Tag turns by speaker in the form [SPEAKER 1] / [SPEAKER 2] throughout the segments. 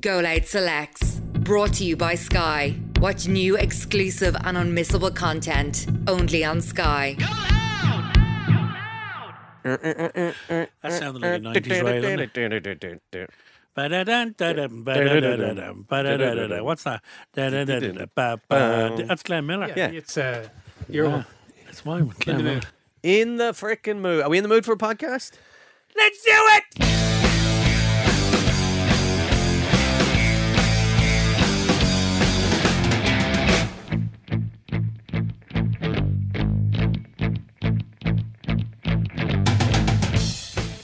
[SPEAKER 1] Go Loud Selects, brought to you by Sky. Watch new, exclusive, and unmissable content only on Sky.
[SPEAKER 2] That sounded like a 90s ride, didn't it? Ba-da-dun, da-dum, ba-da-da-da-dum, ba-da-da-da-da. What's that? Da-da-da-da-da, ba-ba. That's Glenn Miller.
[SPEAKER 3] Yeah.
[SPEAKER 4] It's uh, you're
[SPEAKER 2] Yeah. That's mine with Glenn
[SPEAKER 4] in the
[SPEAKER 2] Miller.
[SPEAKER 4] mood.
[SPEAKER 3] In the freaking mood. Are we in the mood for a podcast?
[SPEAKER 2] Let's do it!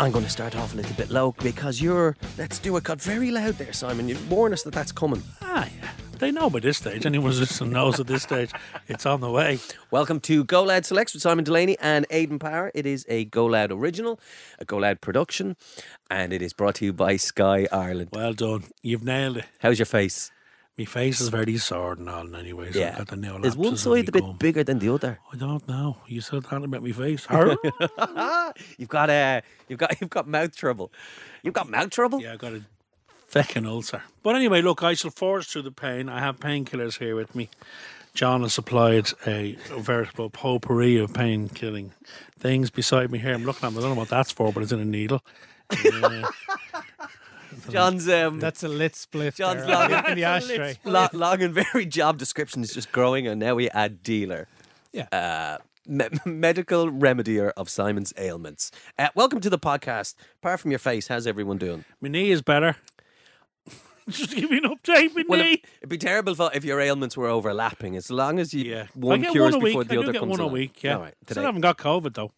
[SPEAKER 3] I'm going to start off a little bit low because you're. Let's do it. Got very loud there, Simon. You've warned us that that's coming.
[SPEAKER 2] Ah, yeah. They know by this stage. Anyone who listening knows at this stage it's on the way.
[SPEAKER 3] Welcome to Go Loud Selects with Simon Delaney and Aidan Power. It is a Go Loud original, a Go Loud production, and it is brought to you by Sky Ireland.
[SPEAKER 2] Well done. You've nailed it.
[SPEAKER 3] How's your face?
[SPEAKER 2] My face is very sore and all, anyways. I've got the nail
[SPEAKER 3] Is one
[SPEAKER 2] lapses on me
[SPEAKER 3] side a bit
[SPEAKER 2] gum.
[SPEAKER 3] bigger than the other?
[SPEAKER 2] I don't know. You said that about my face.
[SPEAKER 3] Ah, you've got uh, you've got you've got mouth trouble. You've got mouth trouble.
[SPEAKER 2] yeah, I got a feckin' ulcer. But anyway, look, I shall forge through the pain. I have painkillers here with me. John has supplied a veritable potpourri of pain killing things beside me here. I'm looking at them. I don't know what that's for, but it's in a needle. Uh,
[SPEAKER 3] John's um,
[SPEAKER 4] that's a lit spliff.
[SPEAKER 3] John's
[SPEAKER 4] there, uh,
[SPEAKER 3] long-
[SPEAKER 4] in the ashtray.
[SPEAKER 3] lo- long and varied job description is just growing, and now we add dealer.
[SPEAKER 4] Yeah.
[SPEAKER 3] uh, me- medical remedier of Simon's ailments. Uh, welcome to the podcast. Apart from your face, how's everyone doing?
[SPEAKER 2] my knee is better. Just give me an update, my
[SPEAKER 3] Well,
[SPEAKER 2] knee.
[SPEAKER 3] it, would be terrible if, if your ailments were overlapping. As long as you
[SPEAKER 2] Yeah.
[SPEAKER 3] one
[SPEAKER 2] I get
[SPEAKER 3] cures
[SPEAKER 2] one a
[SPEAKER 3] before
[SPEAKER 2] week.
[SPEAKER 3] the
[SPEAKER 2] I
[SPEAKER 3] other
[SPEAKER 2] do get
[SPEAKER 3] comes
[SPEAKER 2] one
[SPEAKER 3] along.
[SPEAKER 2] a week, yeah.
[SPEAKER 3] All right,
[SPEAKER 2] Still
[SPEAKER 3] today.
[SPEAKER 2] haven't got COVID, though.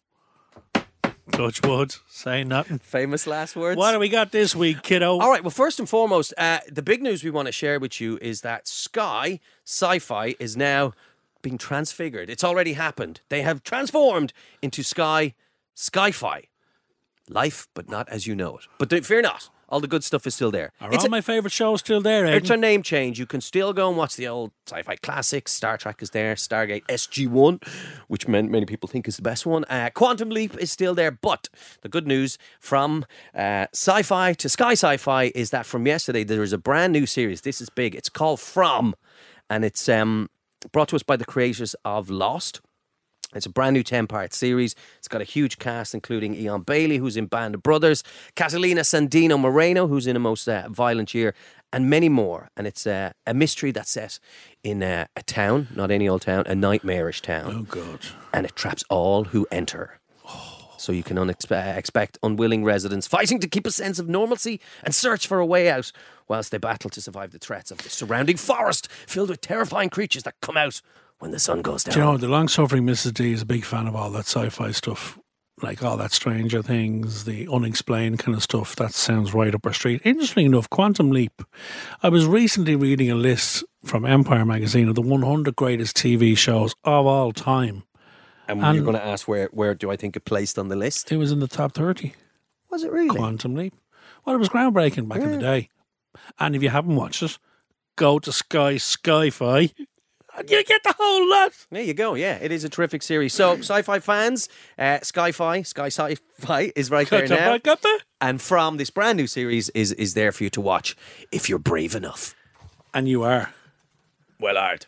[SPEAKER 2] Touch wood. Say nothing.
[SPEAKER 3] famous last words.
[SPEAKER 2] What do we got this week, kiddo?
[SPEAKER 3] All right. Well, first and foremost, uh, the big news we want to share with you is that Sky Sci-Fi is now being transfigured. It's already happened. They have transformed into Sky Sci-Fi. Life, but not as you know it. But don't, fear not, all the good stuff is still there.
[SPEAKER 2] Are
[SPEAKER 3] It's
[SPEAKER 2] all
[SPEAKER 3] a,
[SPEAKER 2] my favourite shows still there,
[SPEAKER 3] it's a
[SPEAKER 2] Aidan?
[SPEAKER 3] name change. You can still go and watch the old sci-fi classics. Star Trek is there. Stargate SG-1, which men, many people think is the best one. Uh, Quantum Leap is still there. But the good news from uh, sci-fi to Sky Sci-Fi is that from yesterday there is a brand new series. This is big. It's called From, and it's um, brought to us by the creators of Lost. It's a brand new 10 part series. It's got a huge cast, including Ian Bailey, who's in Band of Brothers, Catalina Sandino Moreno, who's in a most uh, violent year, and many more. And it's uh, a mystery that's set in uh, a town, not any old town, a nightmarish town.
[SPEAKER 2] Oh, God.
[SPEAKER 3] And it traps all who enter. So you can unexpe- expect unwilling residents fighting to keep a sense of normalcy and search for a way out whilst they battle to survive the threats of the surrounding forest filled with terrifying creatures that come out when the sun goes down.
[SPEAKER 2] Do you know, the long suffering Mrs. D is a big fan of all that sci fi stuff, like all that Stranger Things, the unexplained kind of stuff. That sounds right up her street. Interesting enough, Quantum Leap. I was recently reading a list from Empire magazine of the 100 greatest TV shows of all time.
[SPEAKER 3] And, you're going to ask where where do I think it placed on the list?
[SPEAKER 2] It was in the top 30.
[SPEAKER 3] Was it really?
[SPEAKER 2] Quantum Leap. Well, it was groundbreaking back in the day. And if you haven't watched it, go to Sky Skyfi. and You get the whole lot.
[SPEAKER 3] There you go. Yeah, it is a terrific series. So, sci-fi fans, uh, Sci-Fi, Sky Sci-Fi is right there now,
[SPEAKER 2] Got the-
[SPEAKER 3] and from this brand new series is is there for you to watch if you're brave enough.
[SPEAKER 2] And you are.
[SPEAKER 3] Well, art.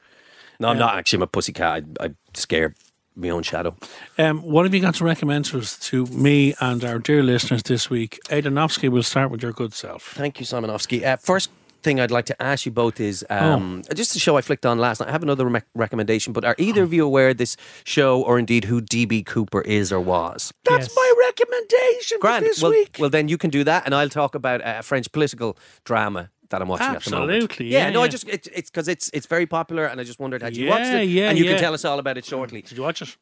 [SPEAKER 3] No, I'm not actually. I'm a pussycat. I, I scare my own shadow.
[SPEAKER 2] Um, what have you got to recommend to us, to me and our dear listeners this week? Aidanovsky, we'll start with your good self.
[SPEAKER 3] Thank you, Simonovsky. Uh, first thing I'd like to ask you both is
[SPEAKER 2] Oh.
[SPEAKER 3] um, just a show I flicked on last night. I have another rec- recommendation, but are either of you aware of this show or indeed who DB Cooper is or was?
[SPEAKER 4] That's Yes. my
[SPEAKER 2] recommendation
[SPEAKER 3] Grand. well, well, then you can do that, and I'll talk about uh, French political drama that I'm watching at the moment.
[SPEAKER 2] Absolutely,
[SPEAKER 3] Yeah,
[SPEAKER 2] yeah,
[SPEAKER 3] no, I
[SPEAKER 2] yeah.
[SPEAKER 3] just it, it's because it's it's very popular, and I just wondered had you watched
[SPEAKER 2] Yeah,
[SPEAKER 3] it,
[SPEAKER 2] yeah,
[SPEAKER 3] and you
[SPEAKER 2] yeah.
[SPEAKER 3] can tell us all about it shortly.
[SPEAKER 2] Did you watch it?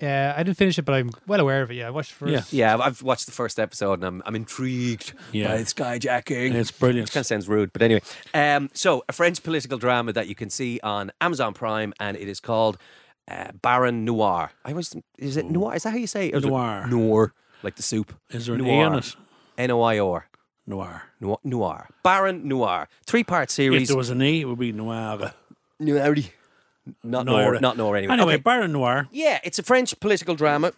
[SPEAKER 4] Yeah, I didn't finish it, but I'm well aware of it. Yeah, I watched first.
[SPEAKER 2] Yeah.
[SPEAKER 3] Yeah, I've- I've watched the first episode, and I'm I'm intrigued
[SPEAKER 2] Yeah.
[SPEAKER 3] by its skyjacking.
[SPEAKER 2] It's brilliant.
[SPEAKER 3] Kind of sounds rude, but anyway. Um, so, a French political drama that you can see on Amazon Prime, and it is called uh, Baron Noir. I was is it Noir? Is that how you say it? Or is it
[SPEAKER 2] Noir.
[SPEAKER 3] Noir, like the soup.
[SPEAKER 2] Is there an E in it?
[SPEAKER 3] N o i r.
[SPEAKER 2] Noir.
[SPEAKER 3] Noir. Noir. Baron Noir. Three part
[SPEAKER 2] If
[SPEAKER 3] series.
[SPEAKER 2] there was an E, it would be Noir.
[SPEAKER 3] Noir. Not Noir.
[SPEAKER 2] Noir.
[SPEAKER 3] Not Noir anyway.
[SPEAKER 2] Anyway,
[SPEAKER 3] Okay.
[SPEAKER 2] Baron Noir.
[SPEAKER 3] Yeah, it's a French political drama.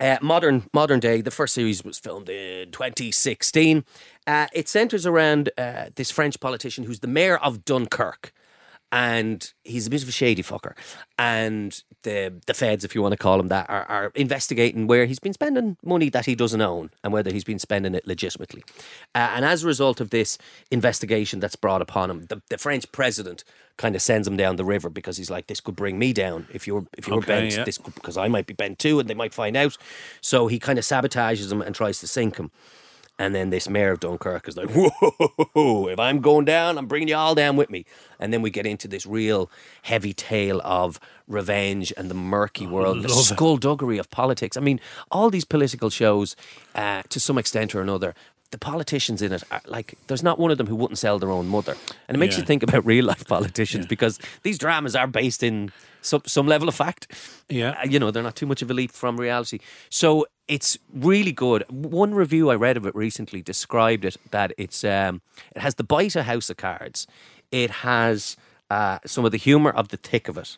[SPEAKER 3] Uh, modern modern day. The first series was filmed in 2016. Uh, it centres around uh, this French politician who's the mayor of Dunkirk. And he's a bit of a shady fucker. And the the feds, if you want to call them that, are, are investigating where he's been spending money that he doesn't own and whether he's been spending it legitimately. Uh, and as a result of this investigation that's brought upon him, the, the French president kind of sends him down the river because he's like, this could bring me down if you're if you're
[SPEAKER 2] Okay,
[SPEAKER 3] bent.
[SPEAKER 2] yeah.
[SPEAKER 3] This could, because I might be bent too, and they might find out. So he kind of sabotages him and tries to sink him. And then this mayor of Dunkirk is like, whoa, if I'm going down, I'm bringing you all down with me. And then we get into this real heavy tale of revenge and the murky world, the
[SPEAKER 2] Oh, love it.
[SPEAKER 3] skullduggery of politics. I mean, all these political shows, uh, to some extent or another, the politicians in it are like, there's not one of them who wouldn't sell their own mother. And it makes
[SPEAKER 2] Yeah.
[SPEAKER 3] you think about real life politicians because these dramas are based in some, some level of fact.
[SPEAKER 2] Yeah.
[SPEAKER 3] Uh, you know, they're not too much of a leap from reality. So it's really good. One review I read of it recently described it that it's um, it has the bite of House of Cards. It has uh, some of the humor of the thick of it,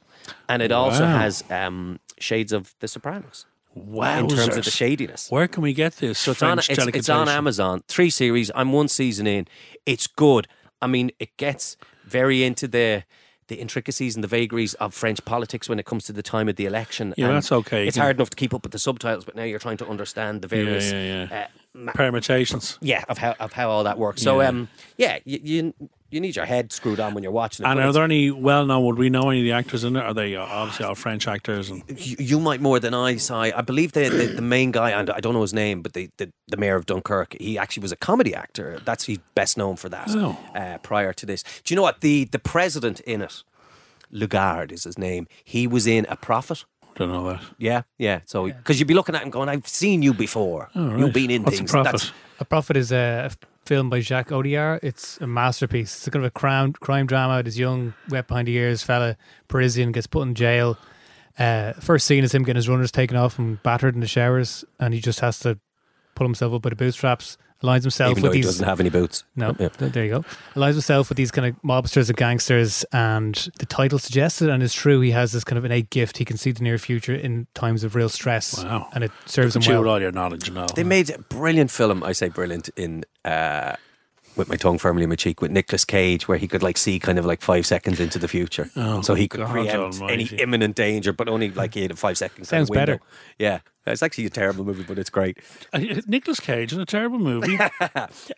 [SPEAKER 3] and it also
[SPEAKER 2] Wow.
[SPEAKER 3] has um, shades of The Sopranos
[SPEAKER 2] Wow.
[SPEAKER 3] in terms of the shadiness.
[SPEAKER 2] Where can we get this?
[SPEAKER 3] So it's
[SPEAKER 2] French
[SPEAKER 3] on, it's, it's on
[SPEAKER 2] delicatessen?
[SPEAKER 3] Amazon. Three series. I'm one season in. It's good. I mean, it gets very into the the intricacies and the vagaries of French politics when it comes to the time of the election.
[SPEAKER 2] Yeah,
[SPEAKER 3] and
[SPEAKER 2] that's okay. You
[SPEAKER 3] It's
[SPEAKER 2] can-
[SPEAKER 3] hard enough to keep up with the subtitles, but now you're trying to understand the various.
[SPEAKER 2] yeah, yeah.
[SPEAKER 3] Uh, ma-
[SPEAKER 2] Permutations.
[SPEAKER 3] yeah, of how of how all that works. So,
[SPEAKER 2] Yeah.
[SPEAKER 3] um, yeah, you, you you need your head screwed on when you're watching it.
[SPEAKER 2] And
[SPEAKER 3] but
[SPEAKER 2] are
[SPEAKER 3] it's-
[SPEAKER 2] there any well known? Would we know any of the actors in it? Are they uh, obviously all French actors? And
[SPEAKER 3] you, you might more than I, Si. I believe the, the, the main guy, and I don't know his name, but the, the, the mayor of Dunkirk, he actually was a comedy actor. That's he's best known for that.
[SPEAKER 2] Oh.
[SPEAKER 3] Uh, prior to this, do you know what the the president in it? Lugard is his name. He was in A Prophet.
[SPEAKER 2] don't know that.
[SPEAKER 3] Yeah, yeah. So because you'd be looking at him going, "I've seen you before. You've
[SPEAKER 2] right.
[SPEAKER 3] been in
[SPEAKER 2] What's A
[SPEAKER 3] things."
[SPEAKER 2] Prophet?
[SPEAKER 4] A Prophet is a f- film by Jacques Audiard. It's a masterpiece. It's a kind of a crime, crime drama. This young, wet behind the ears fella, Parisian, gets put in jail. Uh, first scene is him getting his runners taken off and battered in the showers, and he just has to pull himself up by the bootstraps, aligns himself
[SPEAKER 3] even though
[SPEAKER 4] with
[SPEAKER 3] he
[SPEAKER 4] these.
[SPEAKER 3] doesn't have any boots.
[SPEAKER 4] No, th- there you go. Aligns himself with these kind of mobsters and gangsters, and the title suggested, and it's true. He has this kind of innate gift. He can see the near future in times of real stress,
[SPEAKER 2] Wow.
[SPEAKER 4] and it serves him
[SPEAKER 2] Chew with
[SPEAKER 4] well.
[SPEAKER 2] all your knowledge now.
[SPEAKER 3] They made a brilliant film. I say brilliant in uh, with my tongue firmly in my cheek with Nicolas Cage, where he could like see kind of like five seconds into the future, so he could
[SPEAKER 2] Oh God
[SPEAKER 3] preempt any
[SPEAKER 2] almighty.
[SPEAKER 3] imminent danger, but only like he had a five second.
[SPEAKER 4] Sounds
[SPEAKER 3] kind of window.
[SPEAKER 4] better.
[SPEAKER 3] Yeah, it's actually a terrible movie, but it's great.
[SPEAKER 2] Nicholas Uh, Cage in a terrible movie.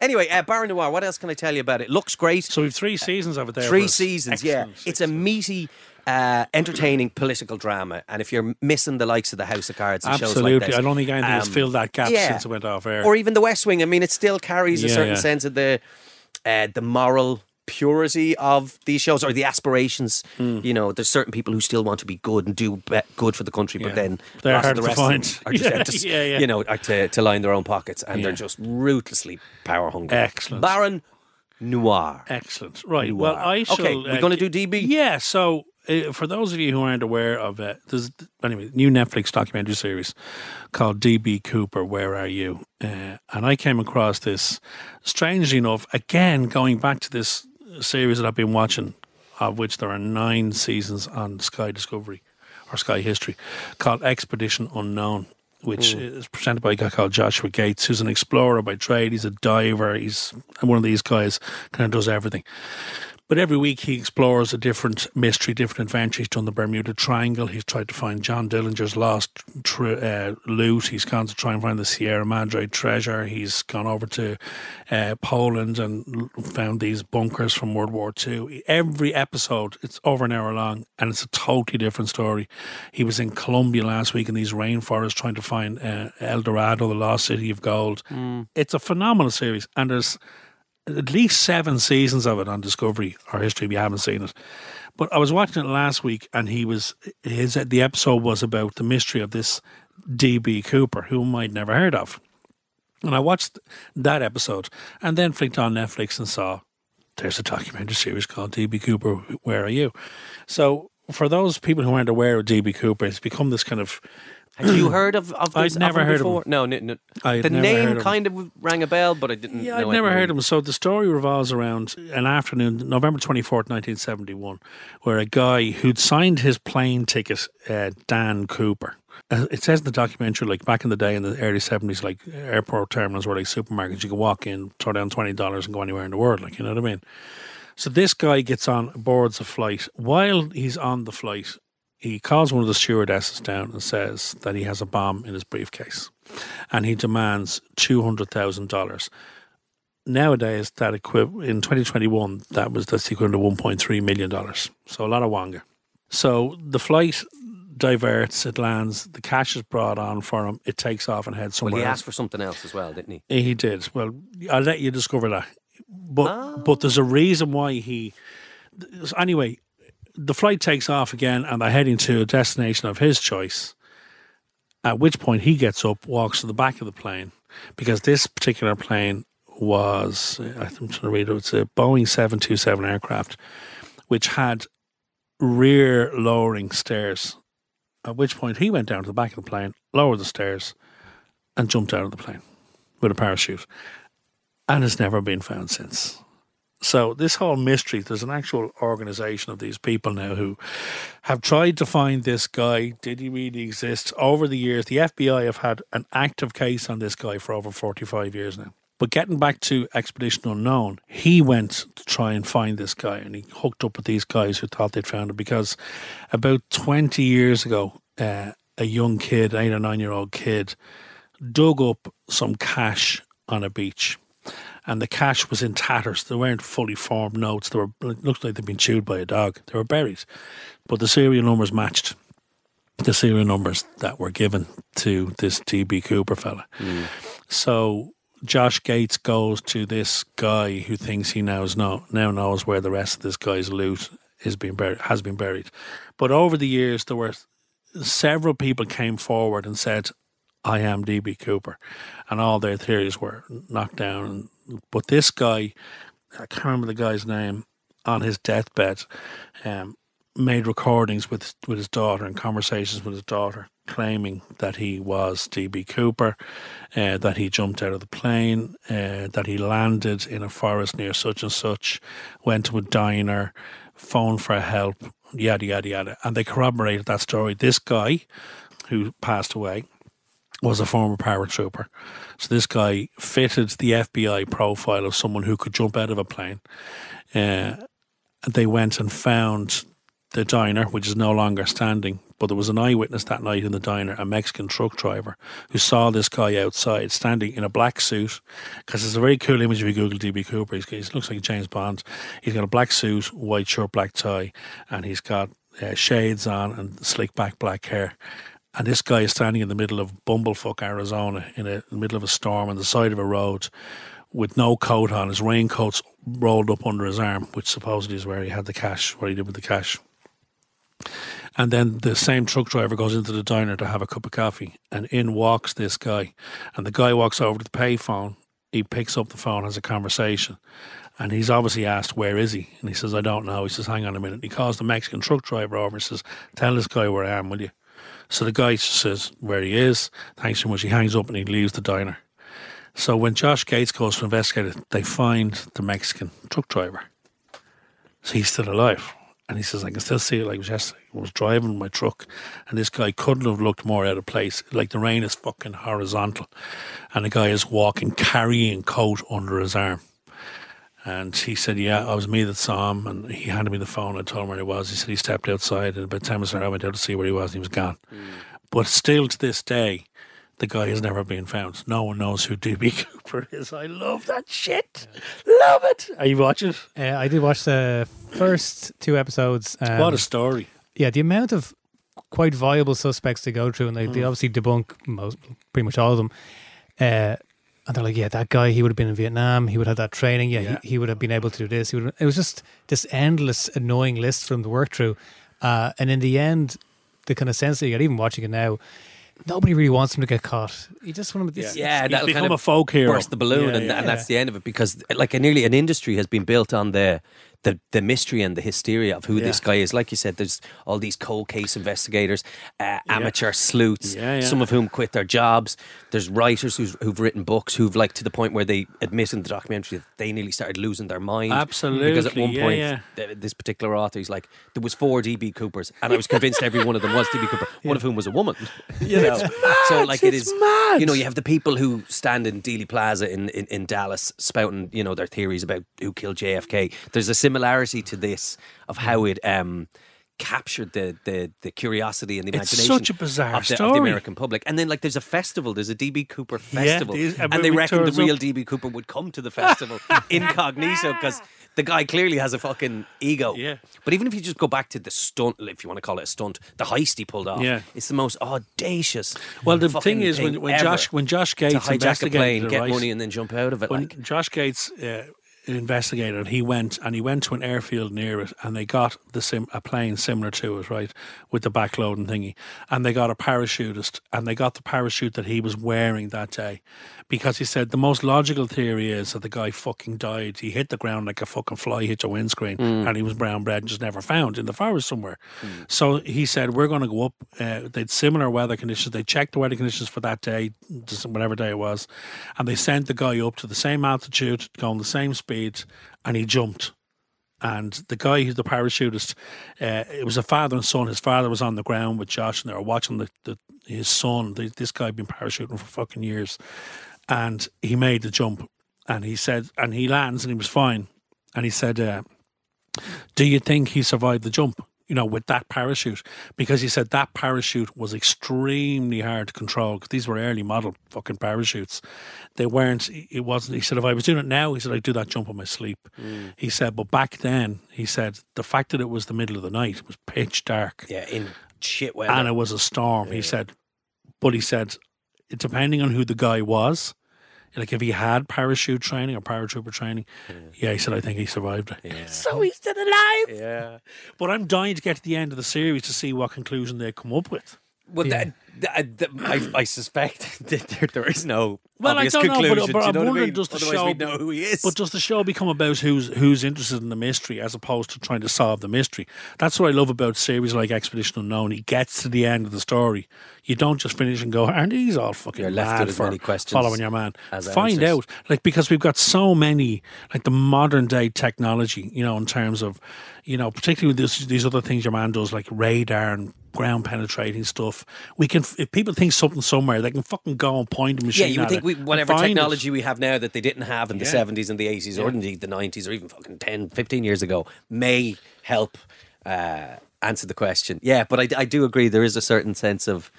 [SPEAKER 3] Anyway, uh, Baron Noir. What else can I tell you about it? Looks great.
[SPEAKER 2] so we've three seasons of it there.
[SPEAKER 3] Three
[SPEAKER 2] for us.
[SPEAKER 3] seasons, yeah.
[SPEAKER 2] Excellent.
[SPEAKER 3] It's a meaty, uh, entertaining political drama. And if you're missing the likes of the House of Cards and shows like
[SPEAKER 2] Absolutely.
[SPEAKER 3] this,
[SPEAKER 2] I don't think anything has
[SPEAKER 3] um,
[SPEAKER 2] filled that gap
[SPEAKER 3] yeah.
[SPEAKER 2] since it went off air.
[SPEAKER 3] or even The West Wing. I mean, it still carries a
[SPEAKER 2] Yeah,
[SPEAKER 3] certain
[SPEAKER 2] yeah.
[SPEAKER 3] sense of the uh, the moral purity of these shows or the aspirations.
[SPEAKER 2] Hmm.
[SPEAKER 3] You know, there's certain people who still want to be good and do be- good for the country,
[SPEAKER 2] Yeah.
[SPEAKER 3] but then
[SPEAKER 2] They're
[SPEAKER 3] lots
[SPEAKER 2] hard
[SPEAKER 3] of
[SPEAKER 2] to
[SPEAKER 3] the rest of them
[SPEAKER 2] find.
[SPEAKER 3] are just
[SPEAKER 2] Yeah,
[SPEAKER 3] out to, s-
[SPEAKER 2] yeah, yeah.
[SPEAKER 3] you know, are to, to line their own pockets, and they're
[SPEAKER 2] Yeah.
[SPEAKER 3] just ruthlessly power hungry.
[SPEAKER 2] Excellent.
[SPEAKER 3] Baron Noir.
[SPEAKER 2] Excellent. Right.
[SPEAKER 3] You
[SPEAKER 2] well,
[SPEAKER 3] are.
[SPEAKER 2] I shall. uh,
[SPEAKER 3] Okay, we're gonna do DB?
[SPEAKER 2] Yeah. So, uh, for those of you who aren't aware of it, there's anyway new Netflix documentary series called DB Cooper. Where are you? Uh, and I came across this. Strangely enough, again going back to this series that I've been watching, of which there are nine seasons on Sky Discovery or Sky History, called Expedition Unknown.
[SPEAKER 3] Hmm.
[SPEAKER 2] Which is presented by a guy called Joshua Gates, who's an explorer by trade. He's a diver. He's one of these guys, kind of does everything. But every week he explores a different mystery, different adventure. He's done the Bermuda Triangle. He's tried to find John Dillinger's lost tr uh, loot. He's gone to try and find the Sierra Madre treasure. He's gone over to uh, Poland and l- found these bunkers from World War II. Every episode, it's over an hour long and it's a totally different story. He was in Colombia last week in these rainforests trying to find uh, El Dorado, the lost city of gold. It's a phenomenal series. And there's at least seven seasons of it on Discovery or History if you haven't seen it. But I was watching it last week, and he was his the episode was about the mystery of this DB Cooper, whom I'd never heard of. And I watched that episode, and then flicked on Netflix and saw there's a documentary series called DB Cooper. Where are you? So for those people who aren't aware of DB Cooper, it's become this kind of
[SPEAKER 3] Had you heard of, of
[SPEAKER 2] I'd
[SPEAKER 3] this? of
[SPEAKER 2] never
[SPEAKER 3] him
[SPEAKER 2] heard of
[SPEAKER 3] before?
[SPEAKER 2] him.
[SPEAKER 3] No, no, no.
[SPEAKER 2] I'd
[SPEAKER 3] the
[SPEAKER 2] never
[SPEAKER 3] name
[SPEAKER 2] heard of him.
[SPEAKER 3] kind of rang a bell, but I didn't.
[SPEAKER 2] Yeah,
[SPEAKER 3] know
[SPEAKER 2] I'd never
[SPEAKER 3] anything.
[SPEAKER 2] heard of him. So the story revolves around an afternoon, November 24th, 1971, where a guy who'd signed his plane ticket, uh, Dan Cooper, uh, it says in the documentary, like back in the day in the early 70s, like airport terminals were like supermarkets. You could walk in, throw down $20 and go anywhere in the world. Like, you know what I mean? So this guy gets on, boards a flight. While he's on the flight, he calls one of the stewardesses down and says that he has a bomb in his briefcase and he demands $200,000 nowadays that equiv in 2021 that was that's equivalent to 1.3 million dollars so a lot of wanga so the flight diverts it lands the cash is brought on for him it takes off and heads somewhere
[SPEAKER 3] Well, he
[SPEAKER 2] else
[SPEAKER 3] asked for something else as well, didn't he?
[SPEAKER 2] he did well i'll let you discover that but but there's a reason why he so anyway the flight takes off again and they're heading to a destination of his choice at which point he gets up walks to the back of the plane because this particular plane was i'm trying to read it it's a boeing 727 aircraft which had rear lowering stairs at which point he went down to the back of the plane lowered the stairs and jumped out of the plane with a parachute and has never been found since. So this whole mystery, there's an actual organization of these people now who have tried to find this guy. Did he really exist? Over the years, the FBI have had an active case on this guy for over 45 years now. But getting back to Expedition Unknown, he went to try and find this guy and he hooked up with these guys who thought they'd found him because about 20 years ago, uh, a young kid, eight or nine year old kid, dug up some cash on a beach. And the cash was in tatters. They weren't fully formed notes. They were it looked like they'd been chewed by a dog. They were buried. But the serial numbers matched the serial numbers that were given to this DB Cooper fella. So Josh Gates goes to this guy who thinks he now know, now knows where the rest of this guy's loot is being buried has been buried. But over the years there were several people came forward and said, I am DB Cooper. And all their theories were knocked down. But this guy, I can't remember the guy's name, on his deathbed, um, made recordings with with his daughter and conversations with his daughter, claiming that he was DB Cooper, uh, that he jumped out of the plane, uh, that he landed in a forest near such and such, went to a diner, phoned for help, yada yada yada, and they corroborated that story. This guy, who passed away, was a former paratrooper. So this guy fitted the FBI profile of someone who could jump out of a plane. Uh, they went and found the diner, which is no longer standing. But there was an eyewitness that night in the diner, a Mexican truck driver, who saw this guy outside standing in a black suit. Because it's a very cool image if you Google DB Cooper. He's, he looks like James Bond. He's got a black suit, white shirt, black tie, and he's got uh, shades on and slick back black hair. And this guy is standing in the middle of Bumblefuck, Arizona, in, a, in the middle of a storm on the side of a road with no coat on. His raincoat's rolled up under his arm, which supposedly is where he had the cash, what he did with the cash. And then the same truck driver goes into the diner to have a cup of coffee, and in walks this guy. And the guy walks over to the payphone. He picks up the phone, has a conversation, and he's obviously asked, "Where is he?" And he says, "I don't know." He says, "Hang on a minute." He calls the Mexican truck driver over and says, "Tell this guy where I am, will you?" So the guy says where he is. Thanks so much. He hangs up and he leaves the diner. So when Josh Gates goes to investigate it, they find the Mexican truck driver. So he's still alive. And he says, I can still see it like it was yesterday. I was driving my truck and this guy couldn't have looked more out of place. Like the rain is fucking horizontal. And the guy is walking, carrying coat under his arm. And he said, Yeah, it was me that saw him. And he handed me the phone. I told him where he was. He said he stepped outside. And by the time I started, I went out to see where he was and he was gone. But still to this day, the guy has never been found. No one knows who DB Cooper is. I love that shit. Love it. Are you watching?
[SPEAKER 4] Uh, I did watch the first two episodes. Um,
[SPEAKER 2] what a story.
[SPEAKER 4] yeah, the amount of quite viable suspects to go through, and they, they
[SPEAKER 3] Mm.
[SPEAKER 4] obviously debunk most, pretty much all of them. Uh, and they're like, yeah, that guy, he would have been in Vietnam. He would have had that training. Yeah,
[SPEAKER 2] Yeah.
[SPEAKER 4] He, he would have been able to do this. He would. It was just this endless, annoying list for him to work through. Uh, and in the end, the kind of sense that you got, even watching it now, nobody really wants him to get caught. You just want him. to
[SPEAKER 3] Yeah,
[SPEAKER 2] He's
[SPEAKER 3] that'll
[SPEAKER 2] become
[SPEAKER 3] kind of
[SPEAKER 2] a folk hero.
[SPEAKER 3] burst the balloon,
[SPEAKER 2] Yeah,
[SPEAKER 3] and,
[SPEAKER 2] yeah.
[SPEAKER 3] and that's the end of it because, like, a, nearly an industry has been built on the the the mystery and the hysteria of who this
[SPEAKER 2] Yeah.
[SPEAKER 3] guy is. Like you said, there's all these cold case investigators, uh, amateur sleuths,
[SPEAKER 2] Yeah, yeah.
[SPEAKER 3] some of whom quit their jobs. There's writers who's, who've written books who've like to the point where they admit in the documentary that they nearly started losing their mind. because at
[SPEAKER 2] Absolutely,
[SPEAKER 3] one
[SPEAKER 2] yeah,
[SPEAKER 3] point
[SPEAKER 2] yeah.
[SPEAKER 3] th- this particular author he's like there was four DB Coopers, and I was convinced every one of them was DB Cooper, one of whom was a woman. You know, so like it
[SPEAKER 2] it's
[SPEAKER 3] is
[SPEAKER 2] mad.
[SPEAKER 3] You know, you have the people who stand in Dealey Plaza in, in, in Dallas spouting, you know, their theories about who killed JFK. There's a similarity to this of how it um, captured the, the the curiosity and the
[SPEAKER 2] It's
[SPEAKER 3] imagination
[SPEAKER 2] such a bizarre
[SPEAKER 3] of the, of
[SPEAKER 2] story.
[SPEAKER 3] the American public. And then like there's a festival, there's a DB Cooper festival,
[SPEAKER 2] these-
[SPEAKER 3] and,
[SPEAKER 2] everybody
[SPEAKER 3] they reckon the
[SPEAKER 2] turns
[SPEAKER 3] real
[SPEAKER 2] up.
[SPEAKER 3] DB Cooper would come to the festival incognito because. The guy clearly has a fucking ego.
[SPEAKER 2] Yeah.
[SPEAKER 3] But even if you just go back to the stunt, if you want to call it a stunt, the heist he pulled off,
[SPEAKER 2] Yeah.
[SPEAKER 3] it's the most audacious.
[SPEAKER 2] Well, the
[SPEAKER 3] fucking
[SPEAKER 2] thing is, when, when
[SPEAKER 3] ever
[SPEAKER 2] Josh when Josh
[SPEAKER 3] to
[SPEAKER 2] Gates
[SPEAKER 3] hijack a
[SPEAKER 2] investigated
[SPEAKER 3] plane,
[SPEAKER 2] it,
[SPEAKER 3] get
[SPEAKER 2] right,
[SPEAKER 3] money, and then jump out of it.
[SPEAKER 2] when
[SPEAKER 3] like,
[SPEAKER 2] Josh Gates uh, investigated, he went and he went to an airfield near it, and they got the sim- a plane similar to it, right, with the backloading thingy, and they got a parachutist, and they got the parachute that he was wearing that day, because he said the most logical theory is that the guy fucking died. He hit the ground like a fucking fly hit a windscreen, and he was brown bread and just never found in the forest somewhere. So he said we're going to go up. Uh, they'd similar weather conditions. They checked the weather conditions for that day, just whatever day it was, and they sent the guy up to the same altitude, going the same speed, and he jumped. And the guy who's the parachutist, uh, it was a father and son. His father was on the ground with Josh, and they were watching the, the his son. th this guy had been parachuting for fucking years, and he made the jump. And he said, and he lands, and he was fine. And he said, uh, do you think he survived the jump? You know, with that parachute, because he said that parachute was extremely hard to control. 'cause these were early model fucking parachutes. They weren't. It wasn't. He said, if I was doing it now, he said I'd do that jump in my sleep. He said, but back then, he said the fact that it was the middle of the night, it was pitch dark,
[SPEAKER 3] yeah, in shit weather.
[SPEAKER 2] and it was a storm. He said, but he said, depending on who the guy was, like if he had parachute training or paratrooper training, yeah, he said I think he survived it. So he's still alive.
[SPEAKER 3] yeah.
[SPEAKER 2] But I'm dying to get to the end of the series to see what conclusion they come up with.
[SPEAKER 3] Well,
[SPEAKER 4] Yeah.
[SPEAKER 3] that, that, I, I suspect that there, there is no
[SPEAKER 2] Well, I
[SPEAKER 3] obvious
[SPEAKER 2] don't know, but-
[SPEAKER 3] conclusion.
[SPEAKER 2] but
[SPEAKER 3] do you
[SPEAKER 2] I'm
[SPEAKER 3] know what I
[SPEAKER 2] wondering,
[SPEAKER 3] mean?
[SPEAKER 2] does the
[SPEAKER 3] Otherwise
[SPEAKER 2] show-
[SPEAKER 3] we'd know who he is.
[SPEAKER 2] But does the show become about who's who's interested in the mystery as opposed to trying to solve the mystery? That's what I love about series like Expedition Unknown. It gets to the end of the story. You don't just finish and go, aren't these all fucking
[SPEAKER 3] You're left
[SPEAKER 2] mad
[SPEAKER 3] with as
[SPEAKER 2] for
[SPEAKER 3] many questions
[SPEAKER 2] following your man?
[SPEAKER 3] as
[SPEAKER 2] Find
[SPEAKER 3] answers.
[SPEAKER 2] out. Like because we've got so many like the modern day technology, you know, in terms of you know, particularly with this, these other things your man does like radar and ground penetrating stuff. We can if people think something somewhere, they can fucking go and point a
[SPEAKER 3] yeah,
[SPEAKER 2] machine.
[SPEAKER 3] you would
[SPEAKER 2] at
[SPEAKER 3] think
[SPEAKER 2] it
[SPEAKER 3] we,
[SPEAKER 2] and
[SPEAKER 3] whatever
[SPEAKER 2] find it.
[SPEAKER 3] technology we have now that they didn't have in the
[SPEAKER 2] Yeah.
[SPEAKER 3] 70s and the 80s or indeed the 90s or even fucking 10, 15 years ago may help uh, answer the question. Yeah, but I, I do agree there is a certain sense of.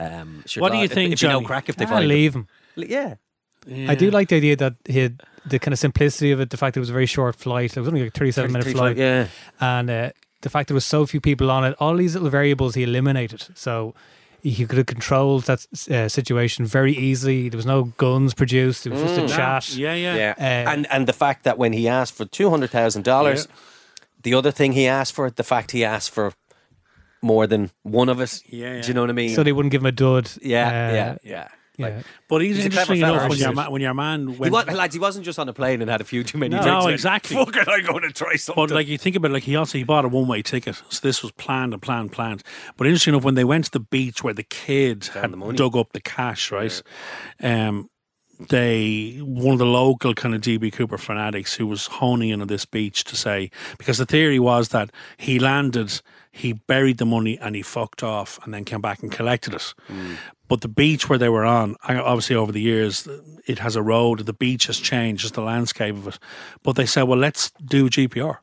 [SPEAKER 3] Um, sure,
[SPEAKER 2] What do
[SPEAKER 3] God,
[SPEAKER 2] you
[SPEAKER 3] if-
[SPEAKER 2] think,
[SPEAKER 3] if, you know
[SPEAKER 2] Johnny?
[SPEAKER 3] crack if they
[SPEAKER 4] I
[SPEAKER 3] find
[SPEAKER 4] leave him.
[SPEAKER 3] It. Yeah.
[SPEAKER 4] I do like the idea that he had the kind of simplicity of it, the fact that it was a very short flight. It was only like a 37 minute
[SPEAKER 3] 33,
[SPEAKER 4] flight.
[SPEAKER 3] Yeah.
[SPEAKER 4] And uh, the fact there was so few people on it, all these little variables he eliminated. So he could have controlled that uh, situation very easily. There was no guns produced. It was just
[SPEAKER 3] Mm.
[SPEAKER 4] a chat.
[SPEAKER 2] Yeah, yeah.
[SPEAKER 3] Yeah.
[SPEAKER 4] Uh,
[SPEAKER 3] and and the fact that when he asked for two hundred thousand dollars,
[SPEAKER 2] Yeah.
[SPEAKER 3] the other thing he asked for, the fact he asked for more than one of us.
[SPEAKER 2] Yeah, yeah.
[SPEAKER 3] Do you know what I mean?
[SPEAKER 4] So they wouldn't give him a dud.
[SPEAKER 3] yeah,
[SPEAKER 4] Uh,
[SPEAKER 3] yeah, yeah. Like,
[SPEAKER 4] yeah.
[SPEAKER 2] But he's,
[SPEAKER 3] He's a clever
[SPEAKER 2] interesting
[SPEAKER 3] fella,
[SPEAKER 2] enough when
[SPEAKER 3] actually.
[SPEAKER 2] your, man, when your man
[SPEAKER 3] He
[SPEAKER 2] went.
[SPEAKER 3] was, lads, he wasn't just on a plane and had a few too many
[SPEAKER 4] No.
[SPEAKER 3] drinks.
[SPEAKER 2] No,
[SPEAKER 3] like,
[SPEAKER 2] exactly.
[SPEAKER 3] Fuck it, I'm going to try something.
[SPEAKER 2] but like you think about it, like he also he bought a one way ticket, so this was planned and planned, planned. But interesting enough, when they went to the beach where the kid had
[SPEAKER 3] the money.
[SPEAKER 2] dug up the cash, right? Um, they one of the local kind of DB Cooper fanatics who was honing in on this beach to say because the theory was that he landed, he buried the money, and he fucked off, and then came back and collected it. But the beach where they were on, I- obviously over the years, it has eroded. The beach has changed, just the landscape of it. But they said, well, let's do GPR.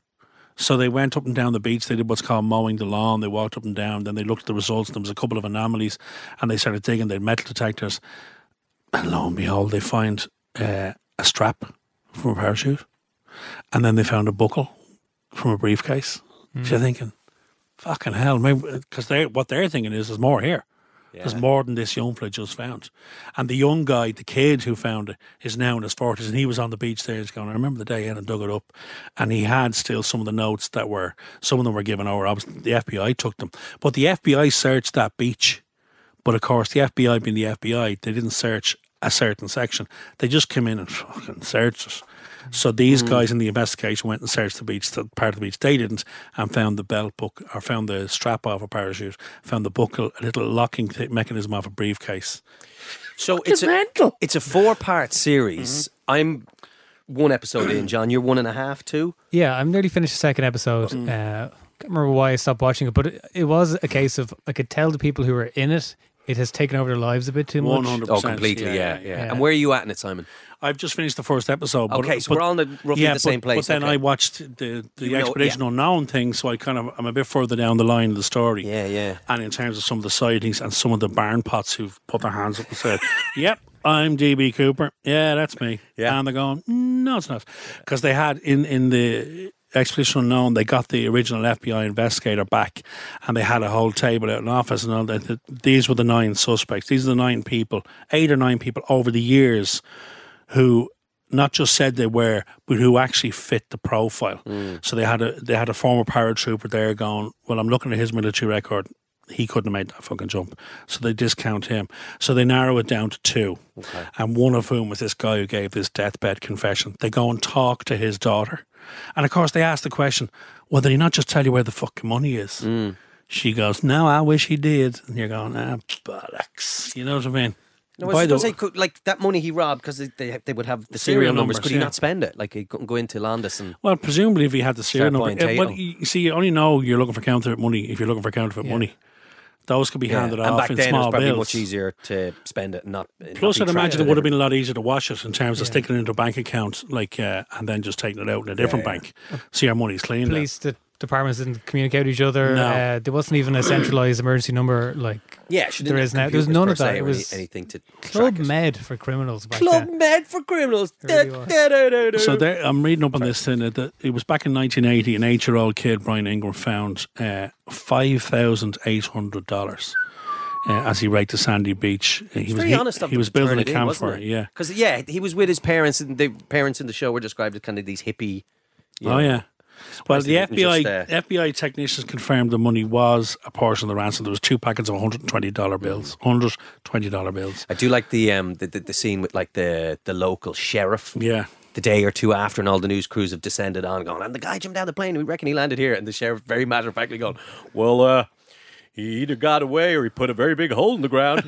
[SPEAKER 2] So they went up and down the beach. They did what's called mowing the lawn. They walked up and down. Then they looked at the results. There was a couple of anomalies, and they started digging. They had metal detectors, and lo and behold, they find uh, a strap from a parachute, and then they found a buckle from a briefcase. So you're thinking, fucking hell, because they what they're thinking is there's more here. There's more than this young fella just found. And the young guy, the kid who found it, is now in his 40s and he was on the beach there. He's going, I remember the day in and dug it up. And he had still some of the notes that were, some of them were given over. Obviously, the FBI took them. But the FBI searched that beach. But of course, the FBI being the FBI, they didn't search a certain section. They just came in and fucking searched it. So these
[SPEAKER 3] Hmm.
[SPEAKER 2] guys in the investigation went and searched the beach, the part of the beach they didn't, and found the belt book or found the strap of a parachute, found the buckle, a little locking th- mechanism of a briefcase.
[SPEAKER 3] So it's a, it's a four part series.
[SPEAKER 2] Mm-hmm.
[SPEAKER 3] I'm one episode in, John. You're one and a half, two.
[SPEAKER 4] Yeah, I'm nearly finished the second episode.
[SPEAKER 3] Mm.
[SPEAKER 4] Uh, can't remember why I stopped watching it, but it, it was a case of I could tell the people who were in it, it has taken over their lives a bit too much.
[SPEAKER 2] One hundred
[SPEAKER 3] Oh,
[SPEAKER 2] percent.
[SPEAKER 3] completely. Yeah yeah,
[SPEAKER 4] yeah.
[SPEAKER 3] And where are you at in it, Simon?
[SPEAKER 2] I've just finished the first episode. But,
[SPEAKER 3] Okay, so
[SPEAKER 2] but-
[SPEAKER 3] we're all in the- roughly
[SPEAKER 2] yeah,
[SPEAKER 3] the same
[SPEAKER 2] but-
[SPEAKER 3] place,
[SPEAKER 2] But then
[SPEAKER 3] okay.
[SPEAKER 2] I watched the the
[SPEAKER 3] know-
[SPEAKER 2] expedition
[SPEAKER 3] yeah.
[SPEAKER 2] unknown thing, so I kind of I'm a bit further down the line of the story.
[SPEAKER 3] Yeah, yeah.
[SPEAKER 2] And in terms of some of the sightings and some of the barn pots who've put their hands up and said, "Yep, I'm DB Cooper. Yeah, that's me."
[SPEAKER 3] Yeah.
[SPEAKER 2] And they're going, "No, it's not," because they had in in the. Expedition Unknown, they got the original FBI investigator back and they had a whole table out in office and all that. that These were the nine suspects. These are the nine people, eight or nine people over the years who not just said they were, but who actually fit the profile.
[SPEAKER 3] Mm.
[SPEAKER 2] So they had a they had a former paratrooper there going, Well, I'm looking at his military record. He couldn't have made that fucking jump. So they discount him. So they narrow it down to two. And one of whom was this guy who gave this deathbed confession. They go and talk to his daughter. And of course they ask the question, Well, did he not just tell you where the fucking money is?
[SPEAKER 3] Mm.
[SPEAKER 2] She goes, No, I wish he did. And you're going, Ah, bollocks. You know what I mean?
[SPEAKER 3] No,
[SPEAKER 2] By
[SPEAKER 3] I was
[SPEAKER 2] the-
[SPEAKER 3] going to say, could- like that money he robbed because they, they they would have the serial,
[SPEAKER 2] Serial
[SPEAKER 3] numbers.
[SPEAKER 2] numbers,
[SPEAKER 3] Could he
[SPEAKER 2] yeah.
[SPEAKER 3] not spend it? Like he couldn't go into Landis and
[SPEAKER 2] Well, presumably, if he had the serial number,
[SPEAKER 3] buying
[SPEAKER 2] uh, well,
[SPEAKER 3] Tatum.
[SPEAKER 2] you you see, you only know you're looking for counterfeit money if you're looking for counterfeit money. Those could be handed
[SPEAKER 3] and
[SPEAKER 2] off
[SPEAKER 3] back
[SPEAKER 2] in
[SPEAKER 3] then it was
[SPEAKER 2] small
[SPEAKER 3] probably
[SPEAKER 2] bills.
[SPEAKER 3] much easier to spend it. and Not and
[SPEAKER 2] Plus,
[SPEAKER 3] not
[SPEAKER 2] I'd
[SPEAKER 3] be
[SPEAKER 2] imagine it
[SPEAKER 3] tracked.
[SPEAKER 2] would have been a lot easier to wash it in terms of sticking it into a bank account, like, uh, and then just taking it out in a different bank. So your money's clean. then.
[SPEAKER 4] Police de- departments didn't communicate with each other.
[SPEAKER 2] No.
[SPEAKER 4] Uh, there wasn't even a centralized emergency number like
[SPEAKER 3] Yeah, she
[SPEAKER 4] there
[SPEAKER 3] didn't
[SPEAKER 4] is
[SPEAKER 3] have
[SPEAKER 4] now. There was
[SPEAKER 3] computers
[SPEAKER 4] none
[SPEAKER 3] per
[SPEAKER 4] of that.
[SPEAKER 3] se
[SPEAKER 4] It
[SPEAKER 3] or
[SPEAKER 4] was
[SPEAKER 3] any- anything to
[SPEAKER 4] Club
[SPEAKER 3] track it.
[SPEAKER 4] Med for criminals back
[SPEAKER 3] Club
[SPEAKER 4] then.
[SPEAKER 3] Med for criminals.
[SPEAKER 4] really was.
[SPEAKER 2] So there, I'm reading up on this thing uh, that that it was back in 1980. An eight-year-old kid, Brian Ingram, found uh, five thousand eight hundred dollars uh, as he raked the sandy beach. Uh, He was
[SPEAKER 3] Very
[SPEAKER 2] he,
[SPEAKER 3] honest of
[SPEAKER 2] he
[SPEAKER 3] them
[SPEAKER 2] was
[SPEAKER 3] to
[SPEAKER 2] building
[SPEAKER 3] turn
[SPEAKER 2] a
[SPEAKER 3] it in,
[SPEAKER 2] camp
[SPEAKER 3] wasn't
[SPEAKER 2] for it.
[SPEAKER 3] it?
[SPEAKER 2] Yeah.
[SPEAKER 3] Because yeah, he was with his parents, and the parents in the show were described as kind of these hippie. you
[SPEAKER 2] Oh
[SPEAKER 3] know,
[SPEAKER 2] yeah. Well,
[SPEAKER 3] they
[SPEAKER 2] the
[SPEAKER 3] didn't
[SPEAKER 2] FBI
[SPEAKER 3] just,
[SPEAKER 2] FBI technicians confirmed the money was a portion of the ransom. There was two packets of one hundred and twenty dollar bills, hundred twenty dollar bills.
[SPEAKER 3] I do like the um the, the, the scene with like the the local sheriff.
[SPEAKER 2] Yeah,
[SPEAKER 3] The day or two after, and all the news crews have descended on, going, and the guy jumped down the plane. We reckon he landed here, and the sheriff, very matter of factly, going, "Well, uh, he either got away or he put a very big hole in the ground."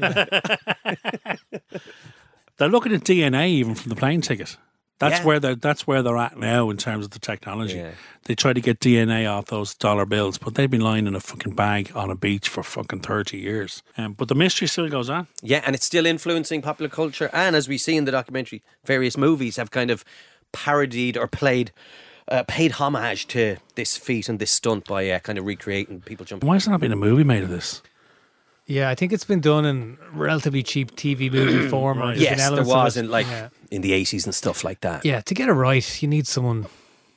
[SPEAKER 2] they're looking at DNA even from the plane ticket. That's
[SPEAKER 3] Yeah.
[SPEAKER 2] where they're that's where they're at now in terms of the technology.
[SPEAKER 3] Yeah.
[SPEAKER 2] They try to get DNA off those dollar bills, but they've been lying in a fucking bag on a beach for fucking thirty years. Um, but the mystery still goes on.
[SPEAKER 3] Yeah, and it's still influencing popular culture. And as we see in the documentary, various movies have kind of parodied or played, uh, paid homage to this feat and this stunt by uh, kind of recreating people jumping.
[SPEAKER 2] Why has there not been a movie made of this?
[SPEAKER 4] Yeah, I think it's been done in relatively cheap TV movie form. or
[SPEAKER 3] Yes, there
[SPEAKER 4] elements of
[SPEAKER 3] was
[SPEAKER 4] it.
[SPEAKER 3] in like
[SPEAKER 4] yeah.
[SPEAKER 3] in the eighties and stuff like that.
[SPEAKER 4] yeah, to get it right, you need someone.